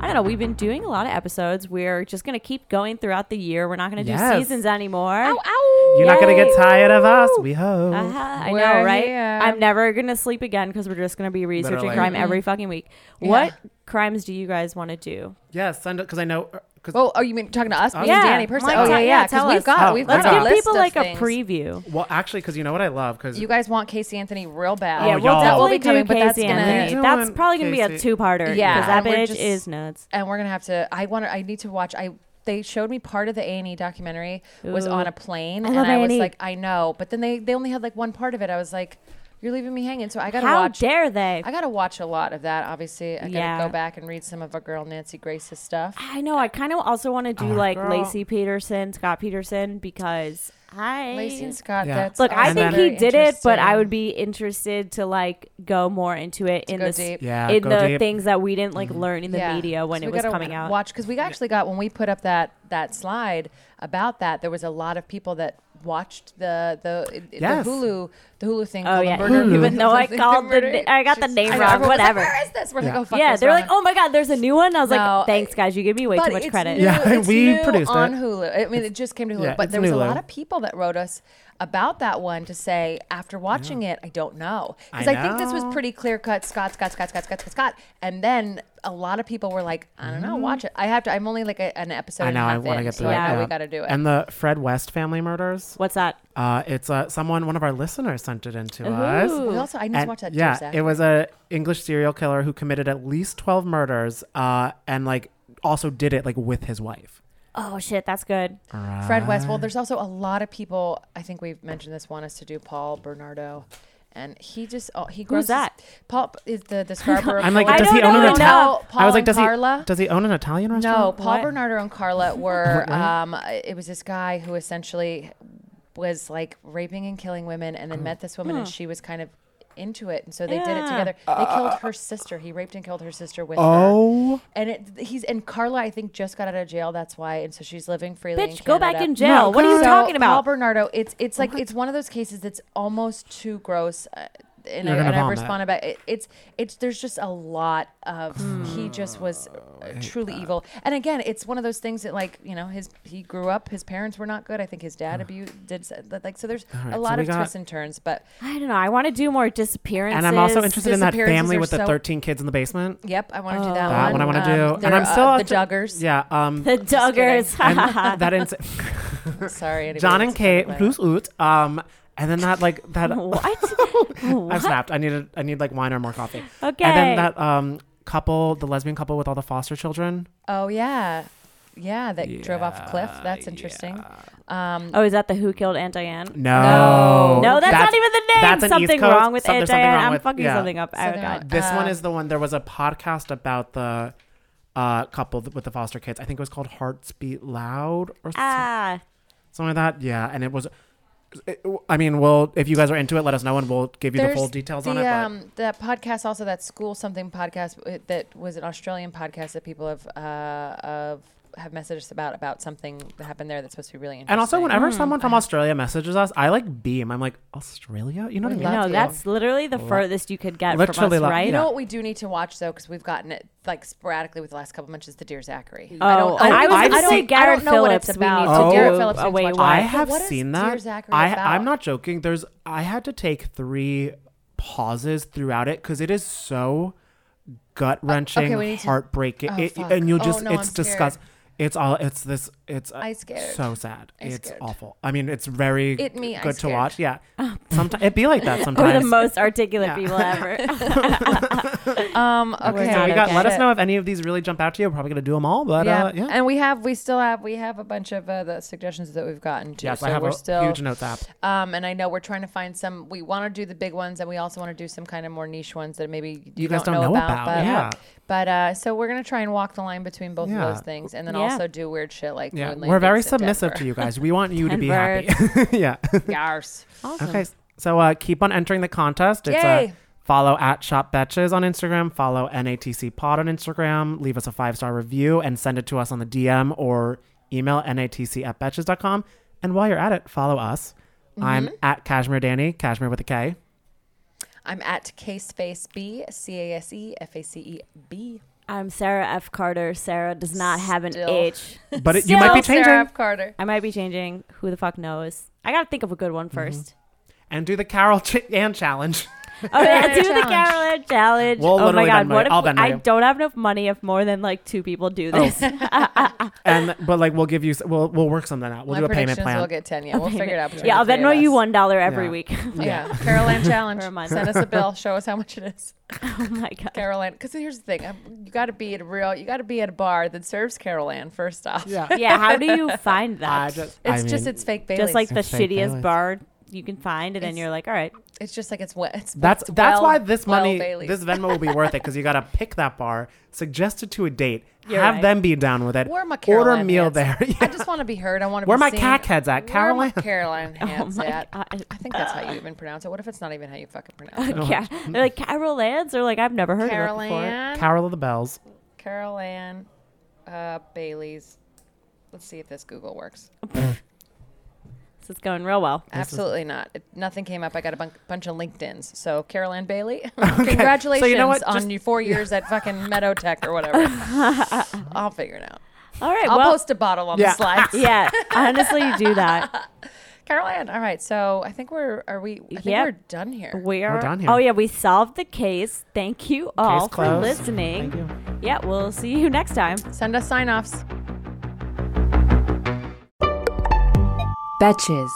[SPEAKER 9] I don't know, we've been doing a lot of episodes. We're just going to keep going throughout the year. We're not going to
[SPEAKER 10] Yes.
[SPEAKER 9] do seasons anymore.
[SPEAKER 11] ow ow
[SPEAKER 10] You're not gonna
[SPEAKER 9] Yay.
[SPEAKER 10] get tired of us. We hope.
[SPEAKER 9] Uh-huh, I
[SPEAKER 11] We're
[SPEAKER 9] know, right?
[SPEAKER 11] here.
[SPEAKER 9] I'm never going to sleep again because we're just going to be researching
[SPEAKER 10] Literally.
[SPEAKER 9] crime every fucking week. What crimes do you guys want to do?
[SPEAKER 10] Yeah, send it because I know. Cause,
[SPEAKER 11] oh oh you mean talking to us me
[SPEAKER 9] Yeah.
[SPEAKER 11] and Danny personally
[SPEAKER 9] Like,
[SPEAKER 11] oh
[SPEAKER 9] tell-
[SPEAKER 11] yeah
[SPEAKER 9] yeah,
[SPEAKER 11] yeah because
[SPEAKER 9] tell us.
[SPEAKER 11] we've got
[SPEAKER 10] Oh,
[SPEAKER 11] we've
[SPEAKER 9] Let's
[SPEAKER 11] got
[SPEAKER 9] give
[SPEAKER 11] a
[SPEAKER 10] Wow.
[SPEAKER 11] list
[SPEAKER 9] people
[SPEAKER 11] of
[SPEAKER 9] like
[SPEAKER 11] things.
[SPEAKER 9] a preview.
[SPEAKER 10] well, actually, because you know what I love because
[SPEAKER 11] you guys want Casey Anthony real bad
[SPEAKER 9] yeah,
[SPEAKER 10] Oh,
[SPEAKER 9] we'll
[SPEAKER 10] y'all.
[SPEAKER 11] That will
[SPEAKER 9] definitely
[SPEAKER 11] be coming,
[SPEAKER 9] do
[SPEAKER 11] but that's
[SPEAKER 9] Casey
[SPEAKER 11] gonna-
[SPEAKER 9] Anthony.
[SPEAKER 10] We're
[SPEAKER 9] That's
[SPEAKER 10] doing
[SPEAKER 9] probably going to be a
[SPEAKER 10] Casey.
[SPEAKER 9] two-parter.
[SPEAKER 11] Yeah,
[SPEAKER 9] because that
[SPEAKER 11] and we're
[SPEAKER 9] bitch
[SPEAKER 11] just-
[SPEAKER 9] is nuts.
[SPEAKER 11] and we're gonna have to. I want. to I need to watch. I they showed me part of the A and E documentary was
[SPEAKER 9] Ooh.
[SPEAKER 11] on a plane,
[SPEAKER 9] I
[SPEAKER 11] and
[SPEAKER 9] love E.
[SPEAKER 11] I was
[SPEAKER 9] A&E.
[SPEAKER 11] like, I know, but then they they only had like one part of it. I was like, you're leaving me hanging. So I gotta
[SPEAKER 9] How
[SPEAKER 11] watch.
[SPEAKER 9] dare they?
[SPEAKER 11] I gotta watch a lot of that. Obviously, I gotta
[SPEAKER 9] Yeah.
[SPEAKER 11] go back and read some of our girl Nancy Grace's stuff.
[SPEAKER 9] I know. I kind of also want to do like
[SPEAKER 10] Oh, girl.
[SPEAKER 9] Lacey Peterson, Scott Peterson, because I
[SPEAKER 11] Lacey and Scott.
[SPEAKER 10] Yeah.
[SPEAKER 11] That's
[SPEAKER 9] look. I
[SPEAKER 11] also
[SPEAKER 9] think
[SPEAKER 11] very
[SPEAKER 9] he did it, but I
[SPEAKER 11] interesting.
[SPEAKER 9] would be interested to like go more into it in
[SPEAKER 11] go
[SPEAKER 9] the s-
[SPEAKER 11] deep.
[SPEAKER 10] Yeah,
[SPEAKER 9] in
[SPEAKER 10] go
[SPEAKER 9] the
[SPEAKER 10] deep. Mm-hmm.
[SPEAKER 9] things that we didn't like learn in the
[SPEAKER 11] Yeah.
[SPEAKER 9] media when
[SPEAKER 11] So
[SPEAKER 9] it
[SPEAKER 11] we
[SPEAKER 9] was
[SPEAKER 11] gotta
[SPEAKER 9] coming out.
[SPEAKER 11] Watch because we actually got when we put up that that slide about that. There was a lot of people that watched the the,
[SPEAKER 10] Yes.
[SPEAKER 11] the Hulu the Hulu thing.
[SPEAKER 9] Oh
[SPEAKER 11] called
[SPEAKER 9] yeah,
[SPEAKER 11] the murder.
[SPEAKER 9] even though I
[SPEAKER 11] The
[SPEAKER 9] called the,
[SPEAKER 11] murder-
[SPEAKER 9] na- I got the
[SPEAKER 11] Just-
[SPEAKER 9] name
[SPEAKER 11] I know,
[SPEAKER 9] wrong.
[SPEAKER 11] everyone was like,
[SPEAKER 9] Whatever.
[SPEAKER 11] Where is this? We're like,
[SPEAKER 10] Yeah.
[SPEAKER 11] oh fuck.
[SPEAKER 9] yeah,
[SPEAKER 11] this
[SPEAKER 9] they're like,
[SPEAKER 11] ramen."
[SPEAKER 9] oh my god, there's a new one. I was
[SPEAKER 11] No,
[SPEAKER 9] like, thanks
[SPEAKER 11] it-
[SPEAKER 9] guys, you give me way
[SPEAKER 11] But
[SPEAKER 9] too much
[SPEAKER 11] it's
[SPEAKER 9] credit.
[SPEAKER 11] new-
[SPEAKER 10] Yeah,
[SPEAKER 11] it's
[SPEAKER 10] we
[SPEAKER 11] new
[SPEAKER 10] produced
[SPEAKER 11] on
[SPEAKER 10] it.
[SPEAKER 11] Hulu. I mean, it just came to Hulu,
[SPEAKER 10] Yeah,
[SPEAKER 11] but
[SPEAKER 10] it's
[SPEAKER 11] there was a
[SPEAKER 10] Hulu.
[SPEAKER 11] lot of people that wrote us about that one to say after watching it, I don't know because I,
[SPEAKER 10] I
[SPEAKER 11] think this was
[SPEAKER 10] know.
[SPEAKER 11] pretty clear cut. Scott, Scott, Scott, Scott, Scott, Scott, Scott, and then a lot of people were like, I don't know, watch it. I have to. I'm only like a, an episode.
[SPEAKER 10] Mm-hmm. I know I
[SPEAKER 11] want to
[SPEAKER 10] get
[SPEAKER 11] so
[SPEAKER 10] through. it,
[SPEAKER 11] I know we got to do it.
[SPEAKER 10] And the Fred West family murders.
[SPEAKER 9] What's that?
[SPEAKER 10] Uh, it's uh, someone, one of our listeners sent it in to us.
[SPEAKER 9] Ooh.
[SPEAKER 11] we also, I need to
[SPEAKER 10] And-
[SPEAKER 11] watch that.
[SPEAKER 10] yeah,
[SPEAKER 11] too, Zach.
[SPEAKER 10] it was a English serial killer who committed at least twelve murders, uh, and like also did it like with his wife.
[SPEAKER 9] Oh shit, that's good.
[SPEAKER 11] Fred West.
[SPEAKER 10] Ah.
[SPEAKER 11] Well, there's also a lot of people. I think we've mentioned this. Want us to do Paul Bernardo, and he just oh, he grows
[SPEAKER 9] that?
[SPEAKER 11] His, Paul is the the Scarborough.
[SPEAKER 10] I'm like,
[SPEAKER 9] I
[SPEAKER 10] does he
[SPEAKER 9] don't
[SPEAKER 10] own an
[SPEAKER 9] know
[SPEAKER 10] Italian?
[SPEAKER 11] enough.
[SPEAKER 10] I was like,
[SPEAKER 11] Paul
[SPEAKER 10] does
[SPEAKER 11] and
[SPEAKER 10] he
[SPEAKER 11] Carla?
[SPEAKER 10] does he own an Italian
[SPEAKER 11] No,
[SPEAKER 10] restaurant?
[SPEAKER 11] Paul
[SPEAKER 9] What?
[SPEAKER 11] Bernardo and Carla were. um, it was this guy who
[SPEAKER 10] Oh.
[SPEAKER 11] essentially was like raping and killing women, and then met this woman, and she was kind of into it, and so they did it together. They killed her sister. He raped and killed her sister with
[SPEAKER 10] Uh, Oh.
[SPEAKER 11] her. And it, he's and Carla, I think, just got out of jail. That's why, and so she's living freely. in
[SPEAKER 9] Bitch, go back
[SPEAKER 11] Canada.
[SPEAKER 9] in jail. what are you
[SPEAKER 11] So,
[SPEAKER 9] talking
[SPEAKER 11] Paul
[SPEAKER 9] about?
[SPEAKER 11] Bernardo? It's it's like it's one of those cases that's almost too gross. Uh, and
[SPEAKER 10] You're
[SPEAKER 11] I,
[SPEAKER 10] gonna
[SPEAKER 11] and I
[SPEAKER 10] vomit.
[SPEAKER 11] responded about it. It's it's there's just a lot of
[SPEAKER 10] Hmm.
[SPEAKER 11] he just was uh, truly evil. And again, it's one of those things that like you know his he grew up. His parents were not good. I think his dad abused did s- like so. There's
[SPEAKER 10] right,
[SPEAKER 11] a
[SPEAKER 10] so
[SPEAKER 11] lot
[SPEAKER 10] we
[SPEAKER 11] of
[SPEAKER 10] got-
[SPEAKER 11] twists and turns, but
[SPEAKER 9] I don't know. I want to do more disappearances.
[SPEAKER 10] And I'm also interested in that
[SPEAKER 11] disappearances
[SPEAKER 10] family
[SPEAKER 11] are
[SPEAKER 10] with the
[SPEAKER 11] so-
[SPEAKER 10] 13 kids in the basement.
[SPEAKER 11] yep, I want to do that,
[SPEAKER 10] Oh. That
[SPEAKER 11] one.
[SPEAKER 10] one I want to
[SPEAKER 11] Um,
[SPEAKER 10] do. And
[SPEAKER 11] there,
[SPEAKER 10] I'm still
[SPEAKER 11] uh, the
[SPEAKER 10] after-
[SPEAKER 11] Duggars.
[SPEAKER 10] Yeah. Um,
[SPEAKER 9] the Duggars.
[SPEAKER 11] kidding.
[SPEAKER 10] and that ins-
[SPEAKER 11] Sorry, anybody
[SPEAKER 10] John and
[SPEAKER 11] that's gonna
[SPEAKER 10] Kate,
[SPEAKER 11] play.
[SPEAKER 10] plus Oot. Um, and then that like that.
[SPEAKER 9] what?
[SPEAKER 10] I've slapped. I needed. I need like wine or more coffee. And
[SPEAKER 9] Okay.
[SPEAKER 10] then that um couple, the lesbian couple with all the foster children.
[SPEAKER 11] Oh yeah, yeah, that drove off a cliff. That's interesting. Um,
[SPEAKER 9] Oh, is that the Who Killed Aunt Diane?
[SPEAKER 10] No.
[SPEAKER 9] No, that's, not even the name.
[SPEAKER 10] That's an East
[SPEAKER 9] something
[SPEAKER 10] Coast-
[SPEAKER 9] wrong with
[SPEAKER 10] some-
[SPEAKER 9] Aunt
[SPEAKER 10] there's something
[SPEAKER 9] Diane.
[SPEAKER 10] wrong
[SPEAKER 9] I'm
[SPEAKER 10] with-
[SPEAKER 9] fucking
[SPEAKER 10] yeah. Uh,
[SPEAKER 9] something up. Oh,
[SPEAKER 11] Something
[SPEAKER 9] God.
[SPEAKER 10] This one is the one. There was a podcast about the uh couple th- with the foster kids. I think it was called Hearts Beat Loud or something.
[SPEAKER 9] Ah.
[SPEAKER 10] something like that. Yeah, and it was. It, I mean, we'll if you guys are into it, let us know, and we'll give you the full
[SPEAKER 11] There's
[SPEAKER 10] details
[SPEAKER 11] the,
[SPEAKER 10] on it. But
[SPEAKER 11] Um, that podcast, also that school something podcast uh, that was an Australian podcast that people have uh, of have messaged us about about something that happened there that's supposed to be really interesting. Hmm,
[SPEAKER 10] and also, whenever someone from Australia messages us, I like beam. I'm like Australia. You know what I mean?
[SPEAKER 11] love
[SPEAKER 9] No,
[SPEAKER 11] you.
[SPEAKER 9] that's literally the furthest you could get
[SPEAKER 10] Literally
[SPEAKER 9] from us,
[SPEAKER 10] lo-
[SPEAKER 9] right?
[SPEAKER 11] you
[SPEAKER 10] yeah.
[SPEAKER 11] know what we do need to watch though, because we've gotten it like sporadically with the last couple months is the Dear Zachary.
[SPEAKER 9] Oh, I was
[SPEAKER 10] I've
[SPEAKER 9] gonna say
[SPEAKER 10] seen-
[SPEAKER 9] Garrett
[SPEAKER 11] I don't know what
[SPEAKER 9] Phillips.
[SPEAKER 11] it's
[SPEAKER 9] we need
[SPEAKER 11] about.
[SPEAKER 9] to
[SPEAKER 10] Oh,
[SPEAKER 9] do
[SPEAKER 10] Garrett
[SPEAKER 11] Phillips
[SPEAKER 9] a
[SPEAKER 11] needs
[SPEAKER 9] wait
[SPEAKER 11] to
[SPEAKER 9] what?
[SPEAKER 10] I
[SPEAKER 11] But
[SPEAKER 10] have
[SPEAKER 11] what is
[SPEAKER 10] seen
[SPEAKER 11] Dear
[SPEAKER 10] that.
[SPEAKER 11] Zachary
[SPEAKER 10] I
[SPEAKER 11] about?
[SPEAKER 10] I'm not joking. There's I had to take three pauses throughout it because it is so gut wrenching,
[SPEAKER 11] okay, we need to-
[SPEAKER 10] heartbreaking,
[SPEAKER 11] Oh,
[SPEAKER 10] It-
[SPEAKER 11] fuck.
[SPEAKER 10] and you
[SPEAKER 11] Oh,
[SPEAKER 10] just
[SPEAKER 11] no, I'm
[SPEAKER 10] it's
[SPEAKER 11] scared.
[SPEAKER 10] disgust. It's all it's this it's uh,
[SPEAKER 11] I scared.
[SPEAKER 10] so sad.
[SPEAKER 11] I
[SPEAKER 10] it's
[SPEAKER 11] scared.
[SPEAKER 10] awful. I mean, it's very
[SPEAKER 11] It me, I
[SPEAKER 10] good to
[SPEAKER 11] scared. Oh,
[SPEAKER 10] watch. Yeah, sometimes it be like that
[SPEAKER 9] We're the
[SPEAKER 10] sometimes.
[SPEAKER 9] most articulate people ever.
[SPEAKER 11] Um, okay,
[SPEAKER 10] so we got.
[SPEAKER 11] okay.
[SPEAKER 10] Let us know if any of these really jump out to you. We're probably gonna do them all, but
[SPEAKER 11] Yeah.
[SPEAKER 10] uh, yeah.
[SPEAKER 11] and we have, we still have, we have a bunch of uh, the suggestions that we've gotten to.
[SPEAKER 10] yes,
[SPEAKER 11] so
[SPEAKER 10] I have
[SPEAKER 11] we're
[SPEAKER 10] a
[SPEAKER 11] still
[SPEAKER 10] huge notes app.
[SPEAKER 11] Um, and I know we're trying to find some. We want to do the big ones, and we also want to do some kind of more niche ones that maybe you,
[SPEAKER 10] guys
[SPEAKER 11] don't,
[SPEAKER 10] don't know about,
[SPEAKER 11] But,
[SPEAKER 10] yeah.
[SPEAKER 11] but uh, so we're gonna try and walk the line between both
[SPEAKER 10] Yeah.
[SPEAKER 11] of those things, and then
[SPEAKER 9] Yeah.
[SPEAKER 11] also do weird shit like
[SPEAKER 10] Yeah,
[SPEAKER 11] moon
[SPEAKER 10] we're very
[SPEAKER 11] landings in
[SPEAKER 10] submissive to
[SPEAKER 11] Denver.
[SPEAKER 10] you guys. We want you to be
[SPEAKER 9] Denver.
[SPEAKER 10] happy. yeah.
[SPEAKER 11] Yars.
[SPEAKER 10] Okay. So uh, keep on entering the contest. It's uh,
[SPEAKER 11] Yay.
[SPEAKER 10] follow at Shop Betches on Instagram, follow NATC Pod on Instagram, leave us a five star review, and send it to us on the DM or email NATC at Betches.com. And while you're at it, follow us. I'm
[SPEAKER 11] Mm-hmm.
[SPEAKER 10] at Cashmere Danny, Cashmere with a K.
[SPEAKER 11] I'm at Caseface B C A S E F A C E B.
[SPEAKER 9] I'm Sarah F. Carter. Sarah does not have an
[SPEAKER 11] Still.
[SPEAKER 9] H.
[SPEAKER 10] But it, you might be
[SPEAKER 11] Still
[SPEAKER 10] changing.
[SPEAKER 11] Oh, Sarah F. Carter.
[SPEAKER 9] I might be changing. Who the fuck knows? I gotta think of a good one
[SPEAKER 10] Mm-hmm.
[SPEAKER 9] first.
[SPEAKER 10] And do the Carol Ch- Ann challenge.
[SPEAKER 9] Oh, yeah, do the
[SPEAKER 11] Challenge.
[SPEAKER 9] Carolyn challenge.
[SPEAKER 10] We'll
[SPEAKER 9] oh my
[SPEAKER 10] literally
[SPEAKER 9] god,
[SPEAKER 10] Venmo
[SPEAKER 9] what
[SPEAKER 10] you.
[SPEAKER 9] if
[SPEAKER 10] I'll
[SPEAKER 9] we-
[SPEAKER 10] Venmo
[SPEAKER 9] I
[SPEAKER 10] you. Oh.
[SPEAKER 9] don't have enough money if more than like two people do this?
[SPEAKER 10] and But like, we'll give you, s- we'll, we'll work something out. We'll
[SPEAKER 11] My
[SPEAKER 10] do a
[SPEAKER 11] predictions
[SPEAKER 10] payment plan.
[SPEAKER 11] will get ten. Yeah, we'll figure it out. between
[SPEAKER 9] yeah,
[SPEAKER 11] the
[SPEAKER 9] I'll
[SPEAKER 11] three of
[SPEAKER 9] Venmo you
[SPEAKER 11] us.
[SPEAKER 9] one dollar every
[SPEAKER 10] Yeah.
[SPEAKER 9] week. oh
[SPEAKER 11] Yeah, Caroline challenge.
[SPEAKER 9] For a month.
[SPEAKER 11] Send us a bill. Show us how much it is.
[SPEAKER 9] Oh my god.
[SPEAKER 11] Carol Ann. Because here's the thing, i you got to be at a real, you got to be at a bar that serves Carol Ann. First off,
[SPEAKER 10] Yeah.
[SPEAKER 9] Yeah, how do you find that? just,
[SPEAKER 10] I just,
[SPEAKER 11] it's
[SPEAKER 10] I
[SPEAKER 11] just
[SPEAKER 10] mean,
[SPEAKER 11] it's fake Bailey's.
[SPEAKER 9] just like the
[SPEAKER 10] It's fake
[SPEAKER 9] shittiest
[SPEAKER 10] Baileys.
[SPEAKER 9] bar you can find, and then
[SPEAKER 11] It's-
[SPEAKER 9] you're like, all right,
[SPEAKER 11] it's just like it's wet. It's,
[SPEAKER 10] That's
[SPEAKER 11] it's
[SPEAKER 10] that's
[SPEAKER 11] well-
[SPEAKER 10] why this
[SPEAKER 11] well
[SPEAKER 10] money,
[SPEAKER 11] Baileys.
[SPEAKER 10] this Venmo will be worth it because you gotta pick that bar, suggest it to a date,
[SPEAKER 9] You're
[SPEAKER 10] have
[SPEAKER 9] right.
[SPEAKER 10] them be down with it,
[SPEAKER 11] Where are my
[SPEAKER 10] order
[SPEAKER 11] Caroline
[SPEAKER 10] a meal
[SPEAKER 11] hats?
[SPEAKER 10] there.
[SPEAKER 11] I
[SPEAKER 10] Yeah.
[SPEAKER 11] just want to be heard. I want to.
[SPEAKER 10] Where
[SPEAKER 11] be
[SPEAKER 10] are my
[SPEAKER 11] seen.
[SPEAKER 10] cack heads at? Oh
[SPEAKER 11] Where are my
[SPEAKER 10] Caroline?
[SPEAKER 11] Caroline hands
[SPEAKER 9] my
[SPEAKER 11] at?
[SPEAKER 9] God.
[SPEAKER 11] I think that's how you even pronounce it. What if it's not even how you fucking pronounce
[SPEAKER 10] Oh.
[SPEAKER 11] it?
[SPEAKER 9] yeah. They're like Carol Lands, or like I've never heard
[SPEAKER 11] Carol
[SPEAKER 9] of it before.
[SPEAKER 11] Ann.
[SPEAKER 10] Carol of the Bells.
[SPEAKER 11] Carol Ann. Uh, Bailey's. Let's see if this Google works.
[SPEAKER 9] So it's going real well.
[SPEAKER 11] Absolutely not. It, nothing came up. I got a bun- bunch of LinkedIn's. So Carol Ann Bailey, congratulations
[SPEAKER 10] what?
[SPEAKER 11] on
[SPEAKER 10] Just-
[SPEAKER 11] your four years at fucking Meadow Tech or whatever. I'll figure it out.
[SPEAKER 9] All right,
[SPEAKER 11] I'll
[SPEAKER 9] well,
[SPEAKER 11] post a bottle on
[SPEAKER 10] Yeah.
[SPEAKER 11] the slides.
[SPEAKER 9] yeah. Honestly, you do that.
[SPEAKER 11] Carol Ann. All right. So I think we're are we? I think
[SPEAKER 9] Yep.
[SPEAKER 11] we're done here.
[SPEAKER 9] We are.
[SPEAKER 10] done here.
[SPEAKER 9] Oh yeah, we solved the case. Thank you all for
[SPEAKER 10] closed.
[SPEAKER 9] listening.
[SPEAKER 10] Thank you.
[SPEAKER 9] Yeah, we'll see you next time.
[SPEAKER 11] Send us sign offs.
[SPEAKER 6] Betches.